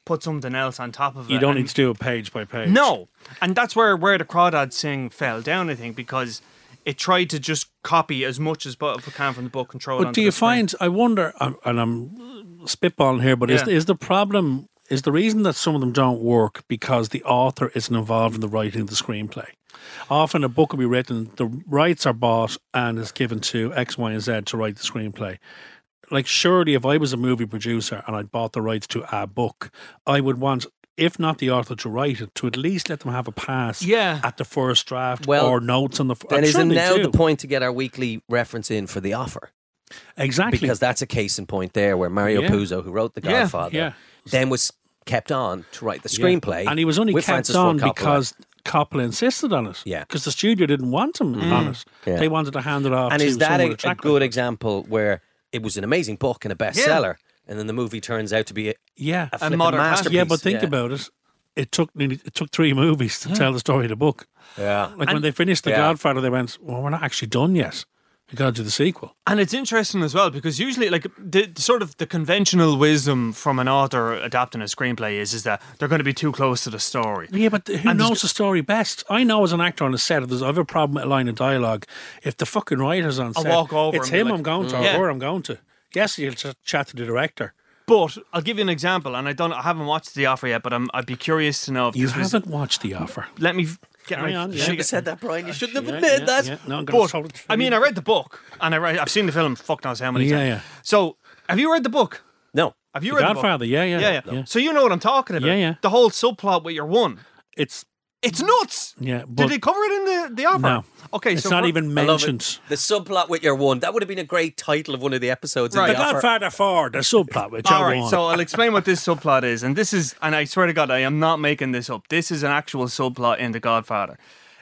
[SPEAKER 5] put something else on top of it.
[SPEAKER 2] You don't
[SPEAKER 5] and-
[SPEAKER 2] need to do it page by page.
[SPEAKER 5] No, and that's where where the crawdad sing fell down. I think because it tried to just copy as much as but can from the book and throw it.
[SPEAKER 2] But
[SPEAKER 5] onto
[SPEAKER 2] do you
[SPEAKER 5] the screen.
[SPEAKER 2] find? I wonder, I'm- and I'm spitballing here, but is
[SPEAKER 5] Yeah.
[SPEAKER 2] is the problem? Is the reason that some of them don't work because the author isn't involved in the writing of the screenplay? Often a book will be written, the rights are bought, and is given to X, Y, and Z to write the screenplay. Like, surely, if I was a movie producer and I bought the rights to a book, I would want, if not the author to write it, to at least let them have a pass
[SPEAKER 3] Yeah.
[SPEAKER 2] at the first draft
[SPEAKER 3] Well,
[SPEAKER 2] or notes on the. f-
[SPEAKER 3] Then
[SPEAKER 2] I'm sure
[SPEAKER 3] isn't
[SPEAKER 2] they
[SPEAKER 3] now
[SPEAKER 2] do.
[SPEAKER 3] the point to get our weekly reference in for the offer?
[SPEAKER 2] Exactly.
[SPEAKER 3] Because that's a case in point there where Mario
[SPEAKER 2] Yeah.
[SPEAKER 3] Puzo, who wrote The
[SPEAKER 2] Yeah,
[SPEAKER 3] Godfather,
[SPEAKER 2] yeah.
[SPEAKER 3] then was kept on to write the
[SPEAKER 2] Yeah.
[SPEAKER 3] screenplay.
[SPEAKER 2] And he was only
[SPEAKER 3] with
[SPEAKER 2] kept
[SPEAKER 3] Francis Ford
[SPEAKER 2] on
[SPEAKER 3] Coppola.
[SPEAKER 2] because Coppola insisted on it. Yeah. Because the studio didn't want him
[SPEAKER 3] Mm.
[SPEAKER 2] on it.
[SPEAKER 3] Yeah.
[SPEAKER 2] They wanted to hand it off
[SPEAKER 3] And
[SPEAKER 2] to
[SPEAKER 3] is that
[SPEAKER 2] someone
[SPEAKER 3] a,
[SPEAKER 2] with
[SPEAKER 3] a
[SPEAKER 2] a track
[SPEAKER 3] good example where it was an amazing book and a bestseller, and then the movie turns out to be a,
[SPEAKER 2] yeah,
[SPEAKER 3] a, flipping masterpiece?
[SPEAKER 2] Yeah, but think
[SPEAKER 3] Yeah.
[SPEAKER 2] about it. It took nearly, it took three movies to tell the story of the book.
[SPEAKER 3] Yeah.
[SPEAKER 2] Like when
[SPEAKER 5] And-
[SPEAKER 2] they finished The
[SPEAKER 5] Yeah.
[SPEAKER 2] Godfather, they went, "Well, we're not actually done yet. We got to do the sequel."
[SPEAKER 5] And it's interesting as well because usually, like the the sort of the conventional wisdom from an author adapting a screenplay is is that they're going to be too close to the story.
[SPEAKER 2] Yeah, but who knows the story best? I know as an actor on a set, if there's ever a problem with a line of dialogue, if the fucking writer's on
[SPEAKER 5] I'll
[SPEAKER 2] set,
[SPEAKER 5] walk over
[SPEAKER 2] it's
[SPEAKER 5] and be
[SPEAKER 2] him
[SPEAKER 5] like,
[SPEAKER 2] I'm going to,
[SPEAKER 5] "Mm." Yeah.
[SPEAKER 2] or I'm going to. Yes, you'll ch- chat to the director.
[SPEAKER 5] But I'll give you an example, and I don't, I haven't watched the offer yet, but I'm, I'd be curious to know if
[SPEAKER 2] You
[SPEAKER 5] this was-
[SPEAKER 2] haven't watched The Offer.
[SPEAKER 5] Let me f- get
[SPEAKER 2] Carry
[SPEAKER 5] my.
[SPEAKER 2] on, yeah.
[SPEAKER 5] shit
[SPEAKER 2] Should've
[SPEAKER 5] together.
[SPEAKER 2] said that,
[SPEAKER 3] Brian. You shouldn't
[SPEAKER 2] have Yeah, admitted yeah, that. yeah. No, I'm gonna
[SPEAKER 5] But,
[SPEAKER 2] solve it for
[SPEAKER 5] I mean,
[SPEAKER 2] you.
[SPEAKER 5] I read the book, and I read, I've seen the film. Fuck knows how many
[SPEAKER 2] Yeah,
[SPEAKER 5] times.
[SPEAKER 2] yeah.
[SPEAKER 5] So, have you read the book?
[SPEAKER 3] No.
[SPEAKER 5] Have you
[SPEAKER 2] The
[SPEAKER 5] read
[SPEAKER 2] Godfather,
[SPEAKER 5] The book?
[SPEAKER 2] yeah, yeah,
[SPEAKER 5] yeah,
[SPEAKER 2] yeah.
[SPEAKER 5] So you know what I'm talking about.
[SPEAKER 2] Yeah, yeah.
[SPEAKER 5] The whole subplot with your one.
[SPEAKER 2] It's
[SPEAKER 5] it's nuts.
[SPEAKER 2] Yeah,
[SPEAKER 5] Did they cover it in the the offer?
[SPEAKER 3] No.
[SPEAKER 5] Okay, so for-
[SPEAKER 3] I love it. The subplot with your one. That would have been a great title of one of the episodes. in
[SPEAKER 5] Right.
[SPEAKER 3] the
[SPEAKER 5] The
[SPEAKER 3] offer.
[SPEAKER 2] Godfather Four, the subplot, which
[SPEAKER 5] All
[SPEAKER 2] I
[SPEAKER 5] right,
[SPEAKER 2] want.
[SPEAKER 5] so uh, I'll explain what this subplot is, and this is, and I swear to God, I am not making this up. This is an actual subplot in The Godfather.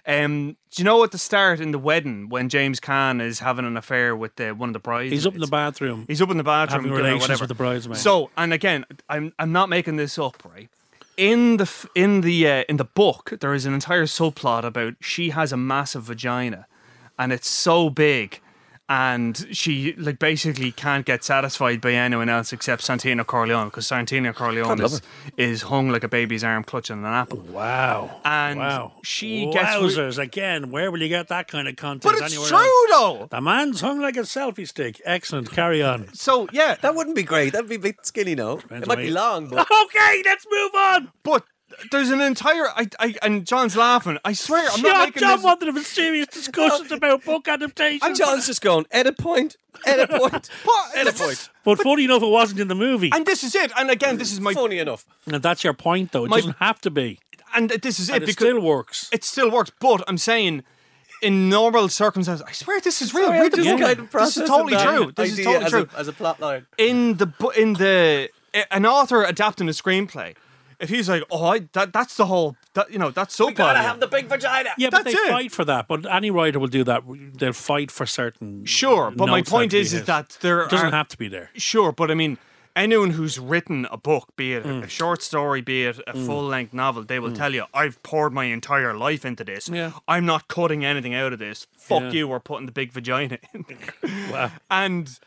[SPEAKER 5] Um, do you know at the start in the wedding when James Caan is having an affair with the, one of the brides?
[SPEAKER 2] He's up in the bathroom.
[SPEAKER 5] He's up in the bathroom
[SPEAKER 2] having
[SPEAKER 5] doing
[SPEAKER 2] relations
[SPEAKER 5] whatever.
[SPEAKER 2] with the bridesmaid.
[SPEAKER 5] So, and again, I'm I'm not making this up, right? In the f- in the uh, in the book, there is an entire subplot about she has a massive vagina, and it's so big, and she like basically can't get satisfied by anyone else except Santino Corleone because Santino Corleone
[SPEAKER 2] love
[SPEAKER 5] is, is hung like a baby's arm clutching an apple.
[SPEAKER 2] Wow!
[SPEAKER 5] And
[SPEAKER 2] wow,
[SPEAKER 5] she gets re-
[SPEAKER 2] wowzers again. Where will you get that kind of content?
[SPEAKER 5] But it's
[SPEAKER 2] anywhere
[SPEAKER 5] true,
[SPEAKER 2] else?
[SPEAKER 5] though.
[SPEAKER 2] The man's hung like a selfie stick. Excellent. Carry on.
[SPEAKER 5] So yeah,
[SPEAKER 3] that wouldn't be great. That'd be a bit skinny, no? it might
[SPEAKER 2] on
[SPEAKER 3] be
[SPEAKER 2] you-
[SPEAKER 3] long, but
[SPEAKER 2] okay, let's move on.
[SPEAKER 5] But there's an entire I, I and John's laughing. I swear, I'm not
[SPEAKER 2] John,
[SPEAKER 5] making
[SPEAKER 2] John
[SPEAKER 5] this.
[SPEAKER 2] wanted to have serious discussions about book adaptations.
[SPEAKER 3] And John's just going edit point, edit point, edit point.
[SPEAKER 2] But funny enough, it wasn't in the movie.
[SPEAKER 5] And this is it. And again, this is my
[SPEAKER 3] funny enough.
[SPEAKER 2] And that's your point, though. It
[SPEAKER 5] My-
[SPEAKER 2] doesn't have to be.
[SPEAKER 5] And this is it.
[SPEAKER 2] And it
[SPEAKER 5] because
[SPEAKER 2] still works.
[SPEAKER 5] It still works. But I'm saying, in normal circumstances, I swear this is real.
[SPEAKER 3] Sorry,
[SPEAKER 5] Read
[SPEAKER 3] I'm
[SPEAKER 5] the
[SPEAKER 3] just
[SPEAKER 5] book.
[SPEAKER 3] kind of
[SPEAKER 5] this
[SPEAKER 3] processing
[SPEAKER 5] is totally
[SPEAKER 3] that
[SPEAKER 5] true. This
[SPEAKER 3] idea
[SPEAKER 5] is totally
[SPEAKER 3] as
[SPEAKER 5] true.
[SPEAKER 3] A, as a plot line.
[SPEAKER 5] in the bu- in the i- an author adapting a screenplay, if he's like, oh, I, that that's the whole that you know that's so
[SPEAKER 3] Gotta have the big vagina.
[SPEAKER 2] Yeah, but
[SPEAKER 5] That's
[SPEAKER 2] they
[SPEAKER 5] it.
[SPEAKER 2] fight for that. But any writer will do that. They'll fight for certain.
[SPEAKER 5] Sure, but my
[SPEAKER 2] notes that
[SPEAKER 5] point
[SPEAKER 2] we
[SPEAKER 5] is, is
[SPEAKER 2] hit.
[SPEAKER 5] that there
[SPEAKER 2] it doesn't
[SPEAKER 5] are-
[SPEAKER 2] have to be there.
[SPEAKER 5] Sure, but I mean, anyone who's written a book, be it
[SPEAKER 2] Mm.
[SPEAKER 5] a short story, be it a full length novel, they will tell you, I've poured my entire life into this.
[SPEAKER 2] Yeah.
[SPEAKER 5] I'm not cutting anything out of this. Fuck
[SPEAKER 2] Yeah.
[SPEAKER 5] you, we're putting the big vagina in there. And,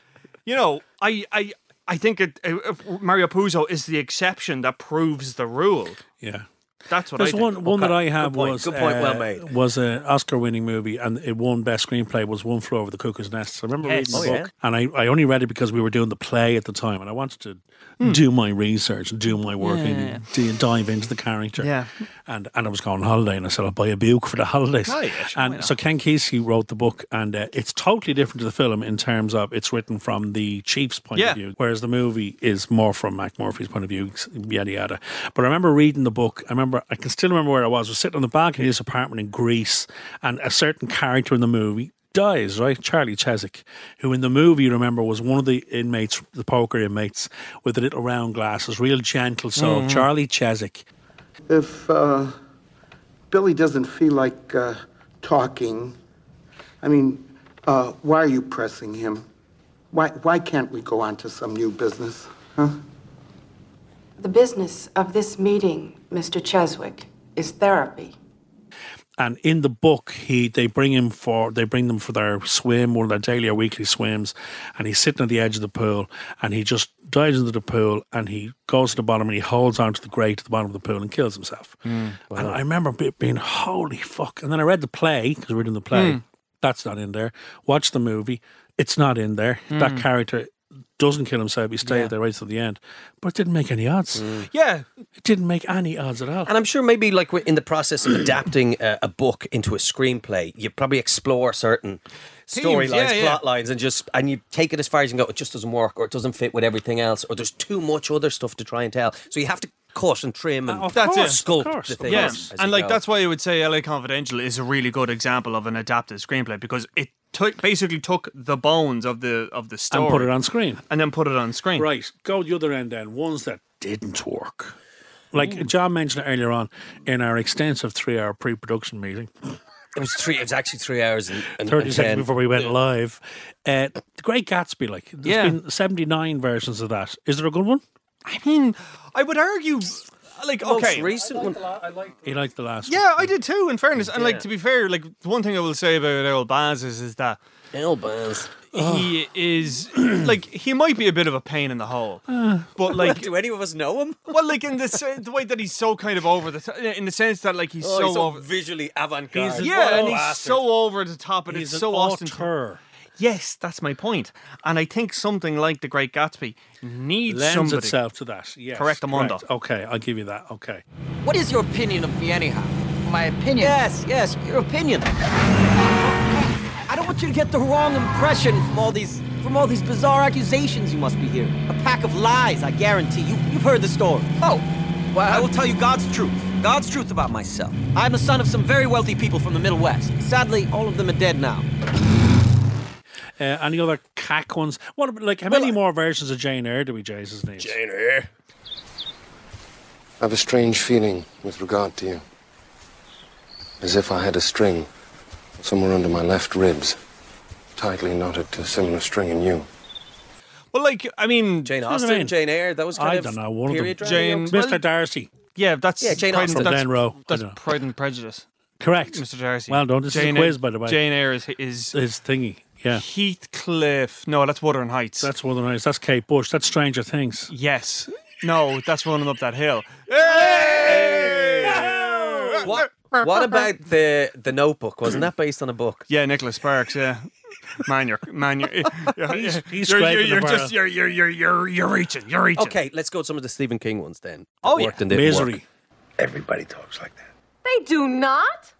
[SPEAKER 5] you know, I. I I think it, uh, Mario Puzo is the exception that proves the rule.
[SPEAKER 2] Yeah.
[SPEAKER 5] That's what
[SPEAKER 2] There's
[SPEAKER 5] I think.
[SPEAKER 2] one one that I have
[SPEAKER 3] Good point.
[SPEAKER 2] was
[SPEAKER 3] Good point. Well
[SPEAKER 2] uh,
[SPEAKER 3] made.
[SPEAKER 2] was an Oscar winning movie and it won best screenplay was One Floor Over the Cuckoo's Nest. I remember
[SPEAKER 5] Yes.
[SPEAKER 2] reading
[SPEAKER 5] Oh,
[SPEAKER 2] the
[SPEAKER 5] yeah.
[SPEAKER 2] book and I, I only read it because we were doing the play at the time and I wanted to do my research and do my work
[SPEAKER 5] Yeah,
[SPEAKER 2] and
[SPEAKER 5] Hmm. yeah, yeah.
[SPEAKER 2] d- dive into the character.
[SPEAKER 5] Yeah.
[SPEAKER 2] And and I was going on holiday and I said I'll buy a book for the holidays.
[SPEAKER 5] Oh, yeah, sure, why
[SPEAKER 2] and
[SPEAKER 5] not?
[SPEAKER 2] so Ken Kesey wrote the book and uh, it's totally different to the film in terms of it's written from the chief's point
[SPEAKER 5] Yeah.
[SPEAKER 2] of view, whereas the movie is more from Mac Murphy's point of view, yada yada. But I remember reading the book. I remember I can still remember where I was. I was sitting on the balcony of his apartment in Greece, and a certain character in the movie dies. Right, Charlie Cheswick, who in the movie you remember was one of the inmates, the poker inmates, with the little round glasses, real gentle soul.
[SPEAKER 4] Mhm.
[SPEAKER 2] Charlie Cheswick.
[SPEAKER 4] If uh, Billy doesn't feel like uh, talking, I mean, uh, why are you pressing him? Why, why can't we go on to some new business? Huh?
[SPEAKER 17] The business of this meeting, Mr. Cheswick, is therapy.
[SPEAKER 2] and in the book he they bring him for they bring them for their swim or their daily or weekly swims and he's sitting at the edge of the pool and he just dives into the pool and he goes to the bottom and he holds onto the grate at the bottom of the pool and kills himself and i remember be- being holy fuck and then i read the play because we're doing the play
[SPEAKER 18] Mm.
[SPEAKER 2] that's not in there watch the movie it's not in there that
[SPEAKER 6] Mm.
[SPEAKER 2] character doesn't kill himself he stayed there right to the end but it didn't make any odds
[SPEAKER 6] yeah
[SPEAKER 2] it didn't make any odds at all
[SPEAKER 3] And I'm sure maybe like we're in the process of adapting a, a book into a screenplay, you probably explore certain
[SPEAKER 6] Themes,
[SPEAKER 3] storylines,
[SPEAKER 6] yeah, yeah.
[SPEAKER 3] plot lines, and just and you take it as far as you can go. It just doesn't work, or it doesn't fit with everything else, or there's too much other stuff to try and tell. So you have to cut and trim
[SPEAKER 6] Uh,
[SPEAKER 3] and sculpt the thing.
[SPEAKER 6] Yeah.
[SPEAKER 3] as- as
[SPEAKER 6] And
[SPEAKER 3] you
[SPEAKER 6] like
[SPEAKER 3] go.
[SPEAKER 6] that's why I would say LA Confidential is a really good example of an adapted screenplay because it took basically took the bones of the of the story
[SPEAKER 2] and put it on screen
[SPEAKER 6] and then put it on screen.
[SPEAKER 2] Right. Go the other end then. Ones that didn't work. Like
[SPEAKER 6] Hmm.
[SPEAKER 2] John mentioned earlier on in our extensive three hour pre production meeting,
[SPEAKER 3] it was three. It was actually three hours and, and
[SPEAKER 2] 30
[SPEAKER 3] and
[SPEAKER 2] seconds
[SPEAKER 3] 10.
[SPEAKER 2] before we went live, uh, The Great Gatsby, like, there's
[SPEAKER 6] Yeah.
[SPEAKER 2] been 79 versions of that. Is there a good one?
[SPEAKER 6] I mean, I would argue like okay,
[SPEAKER 3] recent one.
[SPEAKER 2] He liked the last
[SPEAKER 6] Yeah, I did too. In fairness, and
[SPEAKER 2] Yeah.
[SPEAKER 6] like to be fair, like the one thing I will say about Earl Baz is, is that
[SPEAKER 3] Earl Baz,
[SPEAKER 6] he is like he might be a bit of a pain in the hole, but like
[SPEAKER 3] do any of us know him?
[SPEAKER 6] Well, like in the se- the way that he's so kind of over the t- in the sense that like he's
[SPEAKER 3] Oh,
[SPEAKER 6] so
[SPEAKER 3] he's so
[SPEAKER 6] over
[SPEAKER 3] visually avant-garde. He's an
[SPEAKER 6] yeah, and he's
[SPEAKER 3] bastard.
[SPEAKER 6] so over the top, and
[SPEAKER 2] He's
[SPEAKER 6] it's
[SPEAKER 2] an
[SPEAKER 6] so Austin.
[SPEAKER 2] auteur.
[SPEAKER 6] Yes, that's my point, and I think something like The Great Gatsby needs
[SPEAKER 2] Lends
[SPEAKER 6] somebody
[SPEAKER 2] itself to that. Yes.
[SPEAKER 6] correct Amanda.
[SPEAKER 2] Okay, I'll give you that. Okay.
[SPEAKER 19] What is your opinion of me, anyhow? My opinion? Yes, yes, your opinion. I don't want you to get the wrong impression from all these from all these bizarre accusations you must be hearing. A pack of lies, I guarantee. You you've heard the story. Oh. Well, I will tell you God's truth. God's truth about myself. I'm the son of some very wealthy people from the Middle West. Sadly, all of them are dead now.
[SPEAKER 2] Uh, any other cack ones? What about- like how many more versions of Jane Eyre do we Jesus need? Jane
[SPEAKER 3] Eyre.
[SPEAKER 20] I have a strange feeling with regard to you. As if I had a string somewhere under my left ribs, tightly knotted to a similar string in you.
[SPEAKER 6] Well, like I mean,
[SPEAKER 3] Jane
[SPEAKER 6] what I
[SPEAKER 3] Austen,
[SPEAKER 6] mean?
[SPEAKER 3] Jane Eyre. That was kind
[SPEAKER 6] I
[SPEAKER 3] of
[SPEAKER 6] don't know, one of them.
[SPEAKER 3] period drama,
[SPEAKER 6] Jane-
[SPEAKER 3] you know?
[SPEAKER 6] Mr.
[SPEAKER 3] Well,
[SPEAKER 2] Darcy.
[SPEAKER 6] Yeah, that's
[SPEAKER 3] Yeah, Jane
[SPEAKER 6] Pride
[SPEAKER 3] Austen.
[SPEAKER 6] and,
[SPEAKER 3] From
[SPEAKER 6] that's,
[SPEAKER 2] Dan Rowe. I
[SPEAKER 6] That's
[SPEAKER 2] don't know.
[SPEAKER 6] Pride and Prejudice.
[SPEAKER 2] Correct.
[SPEAKER 6] Mr. Darcy.
[SPEAKER 2] Well done. This is a
[SPEAKER 6] Eyre-
[SPEAKER 2] quiz, by the way.
[SPEAKER 6] Jane Eyre is is
[SPEAKER 2] His thingy. Yeah.
[SPEAKER 6] Heathcliff. No, that's Wuthering Heights.
[SPEAKER 2] That's Wuthering Heights. That's Kate Bush. That's Stranger Things.
[SPEAKER 6] yes. No, that's running up that hill.
[SPEAKER 3] What, what about the the Notebook? Wasn't that based on a book?
[SPEAKER 6] Yeah, Nicholas Sparks. Yeah, man, you're man, you're you're,
[SPEAKER 3] He's- he's
[SPEAKER 6] you're, you're,
[SPEAKER 3] scraping the
[SPEAKER 6] you're
[SPEAKER 3] barrel.
[SPEAKER 6] just you're you're you're you're you're reaching. You're reaching.
[SPEAKER 3] Okay, let's go to some of the Stephen King ones then.
[SPEAKER 6] Oh,
[SPEAKER 3] That
[SPEAKER 6] yeah.
[SPEAKER 3] worked and didn't
[SPEAKER 6] Misery.
[SPEAKER 3] work. Everybody talks like that.
[SPEAKER 21] They do not.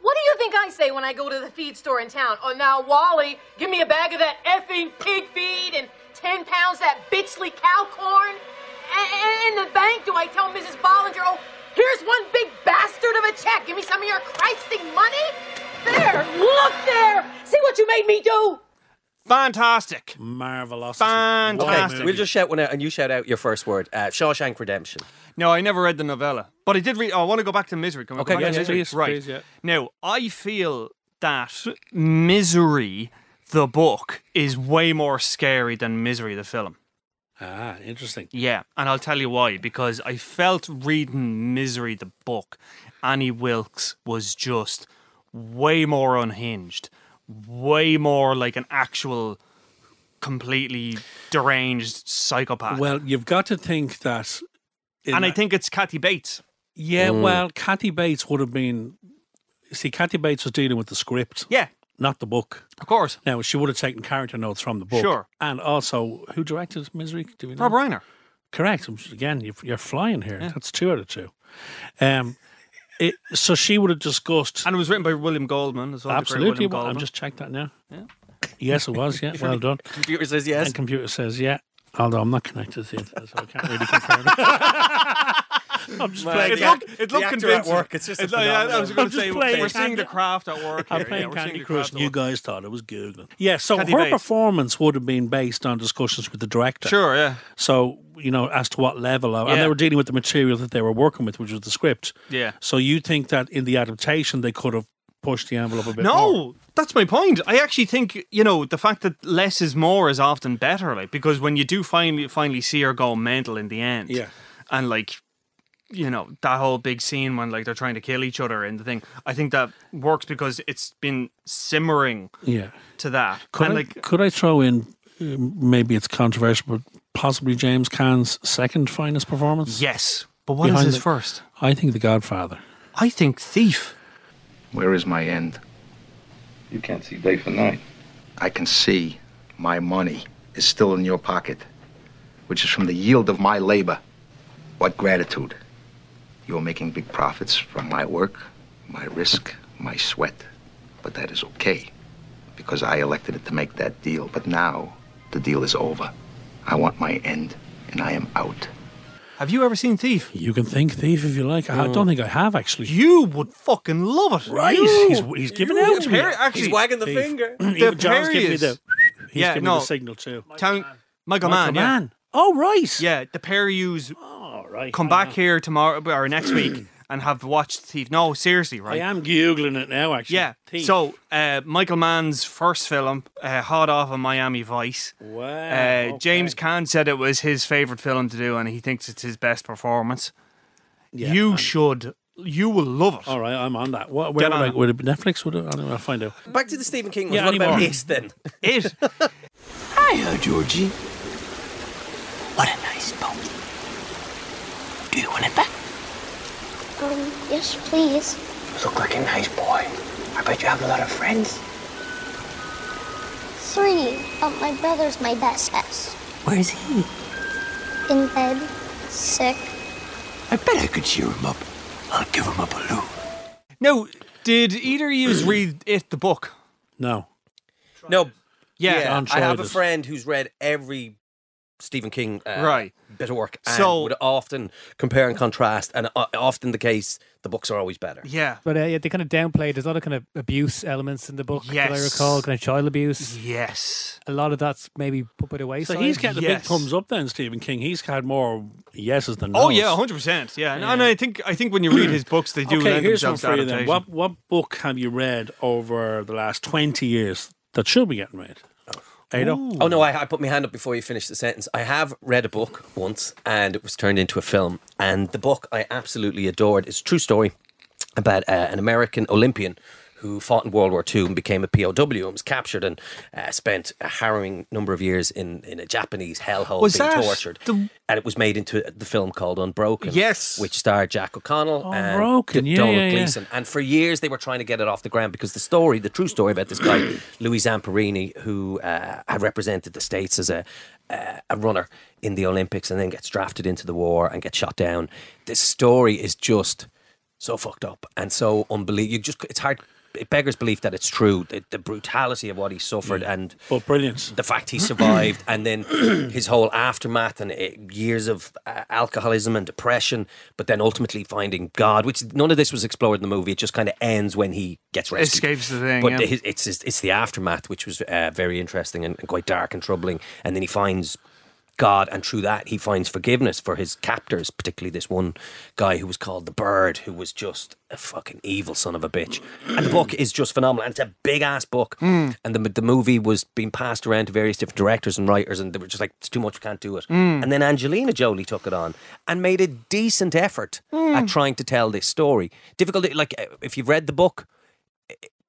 [SPEAKER 21] What do you think I say when I go to the feed store in town? Oh, now, Wally, give me a bag of that effing pig feed and 10 pounds that bitchly cow corn. And, and in the bank, do I tell Mrs. Bollinger, oh, here's one big bastard of a check. Give me some of your Christing money. There, look there. See what you made me do.
[SPEAKER 6] Fantastic.
[SPEAKER 2] Marvelous.
[SPEAKER 6] Fantastic.
[SPEAKER 3] Okay, we'll just shout one out and you shout out your first word. Uh, Shawshank Redemption.
[SPEAKER 6] No, I never read the novella, but I did read. oh, I want to go back to Misery. Can we
[SPEAKER 3] Okay,
[SPEAKER 6] go back
[SPEAKER 3] yeah,
[SPEAKER 6] to
[SPEAKER 3] yeah,
[SPEAKER 6] Misery?
[SPEAKER 3] please,
[SPEAKER 6] right.
[SPEAKER 3] please, yeah.
[SPEAKER 6] Now, I feel that Misery, the book, is way more scary than Misery, the film.
[SPEAKER 2] Ah, interesting.
[SPEAKER 6] Yeah, and I'll tell you why. Because I felt reading Misery, the book, Annie Wilkes was just way more unhinged, way more like an actual, completely deranged psychopath.
[SPEAKER 2] Well, you've got to think that. in
[SPEAKER 6] and I
[SPEAKER 2] that-
[SPEAKER 6] think it's Kathy Bates.
[SPEAKER 2] Yeah, well, Kathy Bates would have been. See, Kathy Bates was dealing with the script.
[SPEAKER 6] Yeah.
[SPEAKER 2] Not the book.
[SPEAKER 6] Of course.
[SPEAKER 2] Now, she would have taken character notes from the book.
[SPEAKER 6] Sure.
[SPEAKER 2] And also, who directed Misery? Do we know?
[SPEAKER 6] Rob Reiner.
[SPEAKER 2] Correct. Again, you're, you're flying here. That's two out of two. Um, it, so she would have discussed.
[SPEAKER 6] And it was written by William Goldman as well. the great
[SPEAKER 2] Absolutely.
[SPEAKER 6] William
[SPEAKER 2] well, I'm
[SPEAKER 6] Goldman.
[SPEAKER 2] just checked that now.
[SPEAKER 6] Yeah.
[SPEAKER 2] Yes, it was. Yeah, well done.
[SPEAKER 3] Computer says yes.
[SPEAKER 2] And computer says yeah. Although I'm not connected to the internet, so I can't really confirm. I'm just playing
[SPEAKER 6] It
[SPEAKER 2] the
[SPEAKER 6] looked,
[SPEAKER 2] act-
[SPEAKER 6] it
[SPEAKER 2] the
[SPEAKER 6] looked
[SPEAKER 2] actor at
[SPEAKER 6] convincing.
[SPEAKER 2] work. It's just a
[SPEAKER 6] It- yeah, I was
[SPEAKER 2] phenomenon.
[SPEAKER 6] going
[SPEAKER 2] I'm
[SPEAKER 6] to
[SPEAKER 2] just
[SPEAKER 6] say
[SPEAKER 2] playing
[SPEAKER 6] we're seeing
[SPEAKER 2] Candy-
[SPEAKER 6] the craft at work.
[SPEAKER 2] I'm
[SPEAKER 6] here.
[SPEAKER 2] playing
[SPEAKER 6] yeah, we're seeing
[SPEAKER 2] Candy
[SPEAKER 6] the
[SPEAKER 2] Crush.
[SPEAKER 6] craft at
[SPEAKER 2] and You
[SPEAKER 6] work.
[SPEAKER 2] guys thought it was Googling. Yeah, so
[SPEAKER 6] Candy
[SPEAKER 2] her
[SPEAKER 6] Bates.
[SPEAKER 2] performance would have been based on discussions with the director.
[SPEAKER 6] Sure, yeah.
[SPEAKER 2] So, you know, as to what level. Of, And
[SPEAKER 6] Yeah.
[SPEAKER 2] they were dealing with the material that they were working with, which was the script.
[SPEAKER 6] Yeah.
[SPEAKER 2] So you think that in the adaptation, they could have pushed the envelope a bit
[SPEAKER 6] No,
[SPEAKER 2] more.
[SPEAKER 6] that's my point. I actually think you know the fact that less is more is often better, like because when you do finally finally see her go mental in the end, yeah, and like you know that whole big scene when like they're trying to kill each other and the thing. uh, I think that works because it's been simmering
[SPEAKER 2] Yeah.
[SPEAKER 6] to that.
[SPEAKER 2] Could,
[SPEAKER 6] and
[SPEAKER 2] I,
[SPEAKER 6] like
[SPEAKER 2] could I throw in, uh, maybe it's controversial, but possibly James Caan's second finest performance?
[SPEAKER 6] yes, but what is
[SPEAKER 2] Behind
[SPEAKER 6] his
[SPEAKER 2] the-
[SPEAKER 6] first?
[SPEAKER 2] I think The Godfather.
[SPEAKER 6] I think Thief.
[SPEAKER 1] Where is my end? You can't see day from night. I can see my money is still in your pocket, which is from the yield of my labor. What gratitude. You are making big profits from my work, my risk, my sweat. But that is okay, because I elected it to make that deal. But now the deal is over. I want my end, and I am out.
[SPEAKER 6] Have you ever seen Thief?
[SPEAKER 2] You can think Thief if you like. I don't think I have, actually.
[SPEAKER 6] Mm. You would fucking love it.
[SPEAKER 2] Right.
[SPEAKER 6] You-
[SPEAKER 2] He's, he's giving
[SPEAKER 6] you-
[SPEAKER 2] out to me.
[SPEAKER 6] Perry- actually,
[SPEAKER 2] He's wagging the Thief. finger. Even John's giving me the- he's
[SPEAKER 6] yeah,
[SPEAKER 2] giving me
[SPEAKER 6] no,
[SPEAKER 2] the signal too.
[SPEAKER 6] Town, Michael,
[SPEAKER 2] Michael
[SPEAKER 6] Mann. yeah.
[SPEAKER 2] Mann. Oh, right.
[SPEAKER 6] Yeah, the Perry's come back here tomorrow or next week and have watched Thief. No, seriously,
[SPEAKER 2] I
[SPEAKER 6] right?
[SPEAKER 2] am Googling it now, actually.
[SPEAKER 6] Yeah.
[SPEAKER 2] Thief.
[SPEAKER 6] So, uh, Michael Mann's first film, uh, hot off of Miami Vice.
[SPEAKER 2] Wow.
[SPEAKER 6] Uh, James Caan said it was his favorite film to do, and he thinks it's his best performance. you should. You will love it.
[SPEAKER 2] All right, I'm on that. What, where
[SPEAKER 6] Get
[SPEAKER 2] would,
[SPEAKER 6] on
[SPEAKER 2] I,
[SPEAKER 6] it.
[SPEAKER 2] would it be Netflix? Would it, I don't know. I'll find out.
[SPEAKER 3] Back to the Stephen King ones.
[SPEAKER 2] Yeah,
[SPEAKER 3] what about
[SPEAKER 2] anymore.
[SPEAKER 3] this then?
[SPEAKER 6] It.
[SPEAKER 10] Hiya, Georgie. What a nice pony. Do you want it back?
[SPEAKER 18] Um, yes, please.
[SPEAKER 10] You look like a nice boy. I bet you have a lot of friends.
[SPEAKER 18] Three. Um, my brother's my best. Yes.
[SPEAKER 10] Where is he?
[SPEAKER 18] In bed, sick.
[SPEAKER 10] I bet I could cheer him up. I'll give him a balloon.
[SPEAKER 6] Now, did either of you read it the book?
[SPEAKER 2] No.
[SPEAKER 3] No.
[SPEAKER 6] Yeah. John
[SPEAKER 3] I have
[SPEAKER 6] tried
[SPEAKER 3] a
[SPEAKER 6] it.
[SPEAKER 3] friend who's read every Stephen King uh,
[SPEAKER 6] Right.
[SPEAKER 3] bit of work and
[SPEAKER 6] So-
[SPEAKER 3] would often compare and contrast, and uh, often the case the books are always better.
[SPEAKER 6] Yeah.
[SPEAKER 4] But uh, yeah, they kind of downplayed. There's a lot of kind of abuse elements in the book that I
[SPEAKER 3] Yes.
[SPEAKER 4] recall, kind of child abuse.
[SPEAKER 6] Yes.
[SPEAKER 4] A lot of that's maybe put by the wayside.
[SPEAKER 2] So he's getting a big thumbs up then, Stephen King. He's had more yeses than no's.
[SPEAKER 6] Oh yeah, hundred percent. Yeah, and, and I think I think when you read his books, they do
[SPEAKER 2] Okay,
[SPEAKER 6] lend
[SPEAKER 2] here's one
[SPEAKER 6] themselves to
[SPEAKER 2] for you then.
[SPEAKER 6] adaptation.
[SPEAKER 2] What, what book have you read over the last 20 years that should be getting read? Ado?
[SPEAKER 3] Oh no, I, I put my hand up before you finished the sentence. I have read a book once, and it was turned into a film. And the book I absolutely adored. It's a true story about uh, an American Olympian who fought in World War II and became a POW and was captured and uh, spent a harrowing number of years in, in a Japanese hellhole
[SPEAKER 6] Was
[SPEAKER 3] being
[SPEAKER 6] that
[SPEAKER 3] tortured.
[SPEAKER 6] the-
[SPEAKER 3] And it was made into the film called Unbroken.
[SPEAKER 6] Yes.
[SPEAKER 3] Which starred Jack O'Connell and
[SPEAKER 2] Oh, Broken,
[SPEAKER 3] uh, D-
[SPEAKER 2] yeah,
[SPEAKER 3] Donald
[SPEAKER 2] yeah, yeah.
[SPEAKER 3] Gleason. And for years, they were trying to get it off the ground because the story, the true story about this guy, Louis Zamperini, who uh, had represented the States as a, uh, a runner in the Olympics and then gets drafted into the war and gets shot down. This story is just so fucked up and so unbelievable. You just, it's hard. It beggars belief that it's true. The, the brutality of what he suffered and
[SPEAKER 2] but brilliant.
[SPEAKER 3] The fact he survived, and then his whole aftermath and eh, years of uh, alcoholism and depression, but then ultimately finding God, which none of this was explored in the movie. It just kind of ends when he gets rescued.
[SPEAKER 6] Escapes the thing,
[SPEAKER 3] But
[SPEAKER 6] yeah.
[SPEAKER 3] the- his- it's it's- it's the aftermath, which was uh, very interesting and, and quite dark and troubling. And then he finds God, and through that, he finds forgiveness for his captors, particularly this one guy who was called the Bird, who was just a fucking evil son of a bitch. And the book is just phenomenal, and it's a big ass book.
[SPEAKER 6] Mm.
[SPEAKER 3] And the the movie was being passed around to various different directors and writers, and they were just like, "It's too much, we can't do it."
[SPEAKER 6] Mm.
[SPEAKER 3] And then Angelina Jolie took it on and made a decent effort at trying to tell this story. Difficult, like uh, if you've read the book,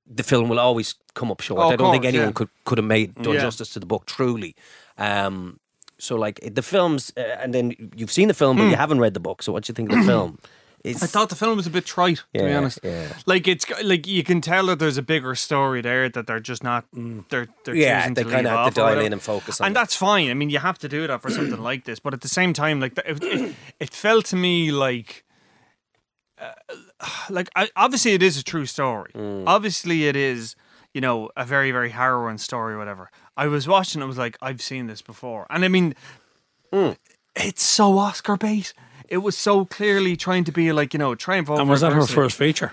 [SPEAKER 3] the film will always come up short.
[SPEAKER 6] Oh, of
[SPEAKER 3] I don't think
[SPEAKER 6] course,
[SPEAKER 3] anyone
[SPEAKER 6] yeah.
[SPEAKER 3] could could have made done
[SPEAKER 6] Yeah.
[SPEAKER 3] justice to the book truly. Um, so like the films, uh, and then you've seen the film, but you haven't read the book. So what do you think of the film? It's
[SPEAKER 6] Hmm. I thought the film was a bit trite, to be
[SPEAKER 3] Yeah,
[SPEAKER 6] honest.
[SPEAKER 3] yeah.
[SPEAKER 6] Like it's g- like you can tell that there's a bigger story there that they're just not. mm, They're they're
[SPEAKER 3] Yeah,
[SPEAKER 6] choosing
[SPEAKER 3] they
[SPEAKER 6] to
[SPEAKER 3] kinda
[SPEAKER 6] leave
[SPEAKER 3] have to dial
[SPEAKER 6] off or
[SPEAKER 3] in
[SPEAKER 6] whatever.
[SPEAKER 3] and focus on
[SPEAKER 6] and
[SPEAKER 3] it.
[SPEAKER 6] that's fine. I mean, you have to do that for something like this. But at the same time, like it, it, it felt to me like. Uh, like I, obviously it is a true story.
[SPEAKER 3] Mm.
[SPEAKER 6] Obviously it is, you know, a very very harrowing story or whatever. I was watching it was like I've seen this before. And I mean
[SPEAKER 3] Mm.
[SPEAKER 6] it's so Oscar bait. It was so clearly trying to be like, you know, triumph over
[SPEAKER 2] And was that her
[SPEAKER 6] adversity.
[SPEAKER 2] first feature?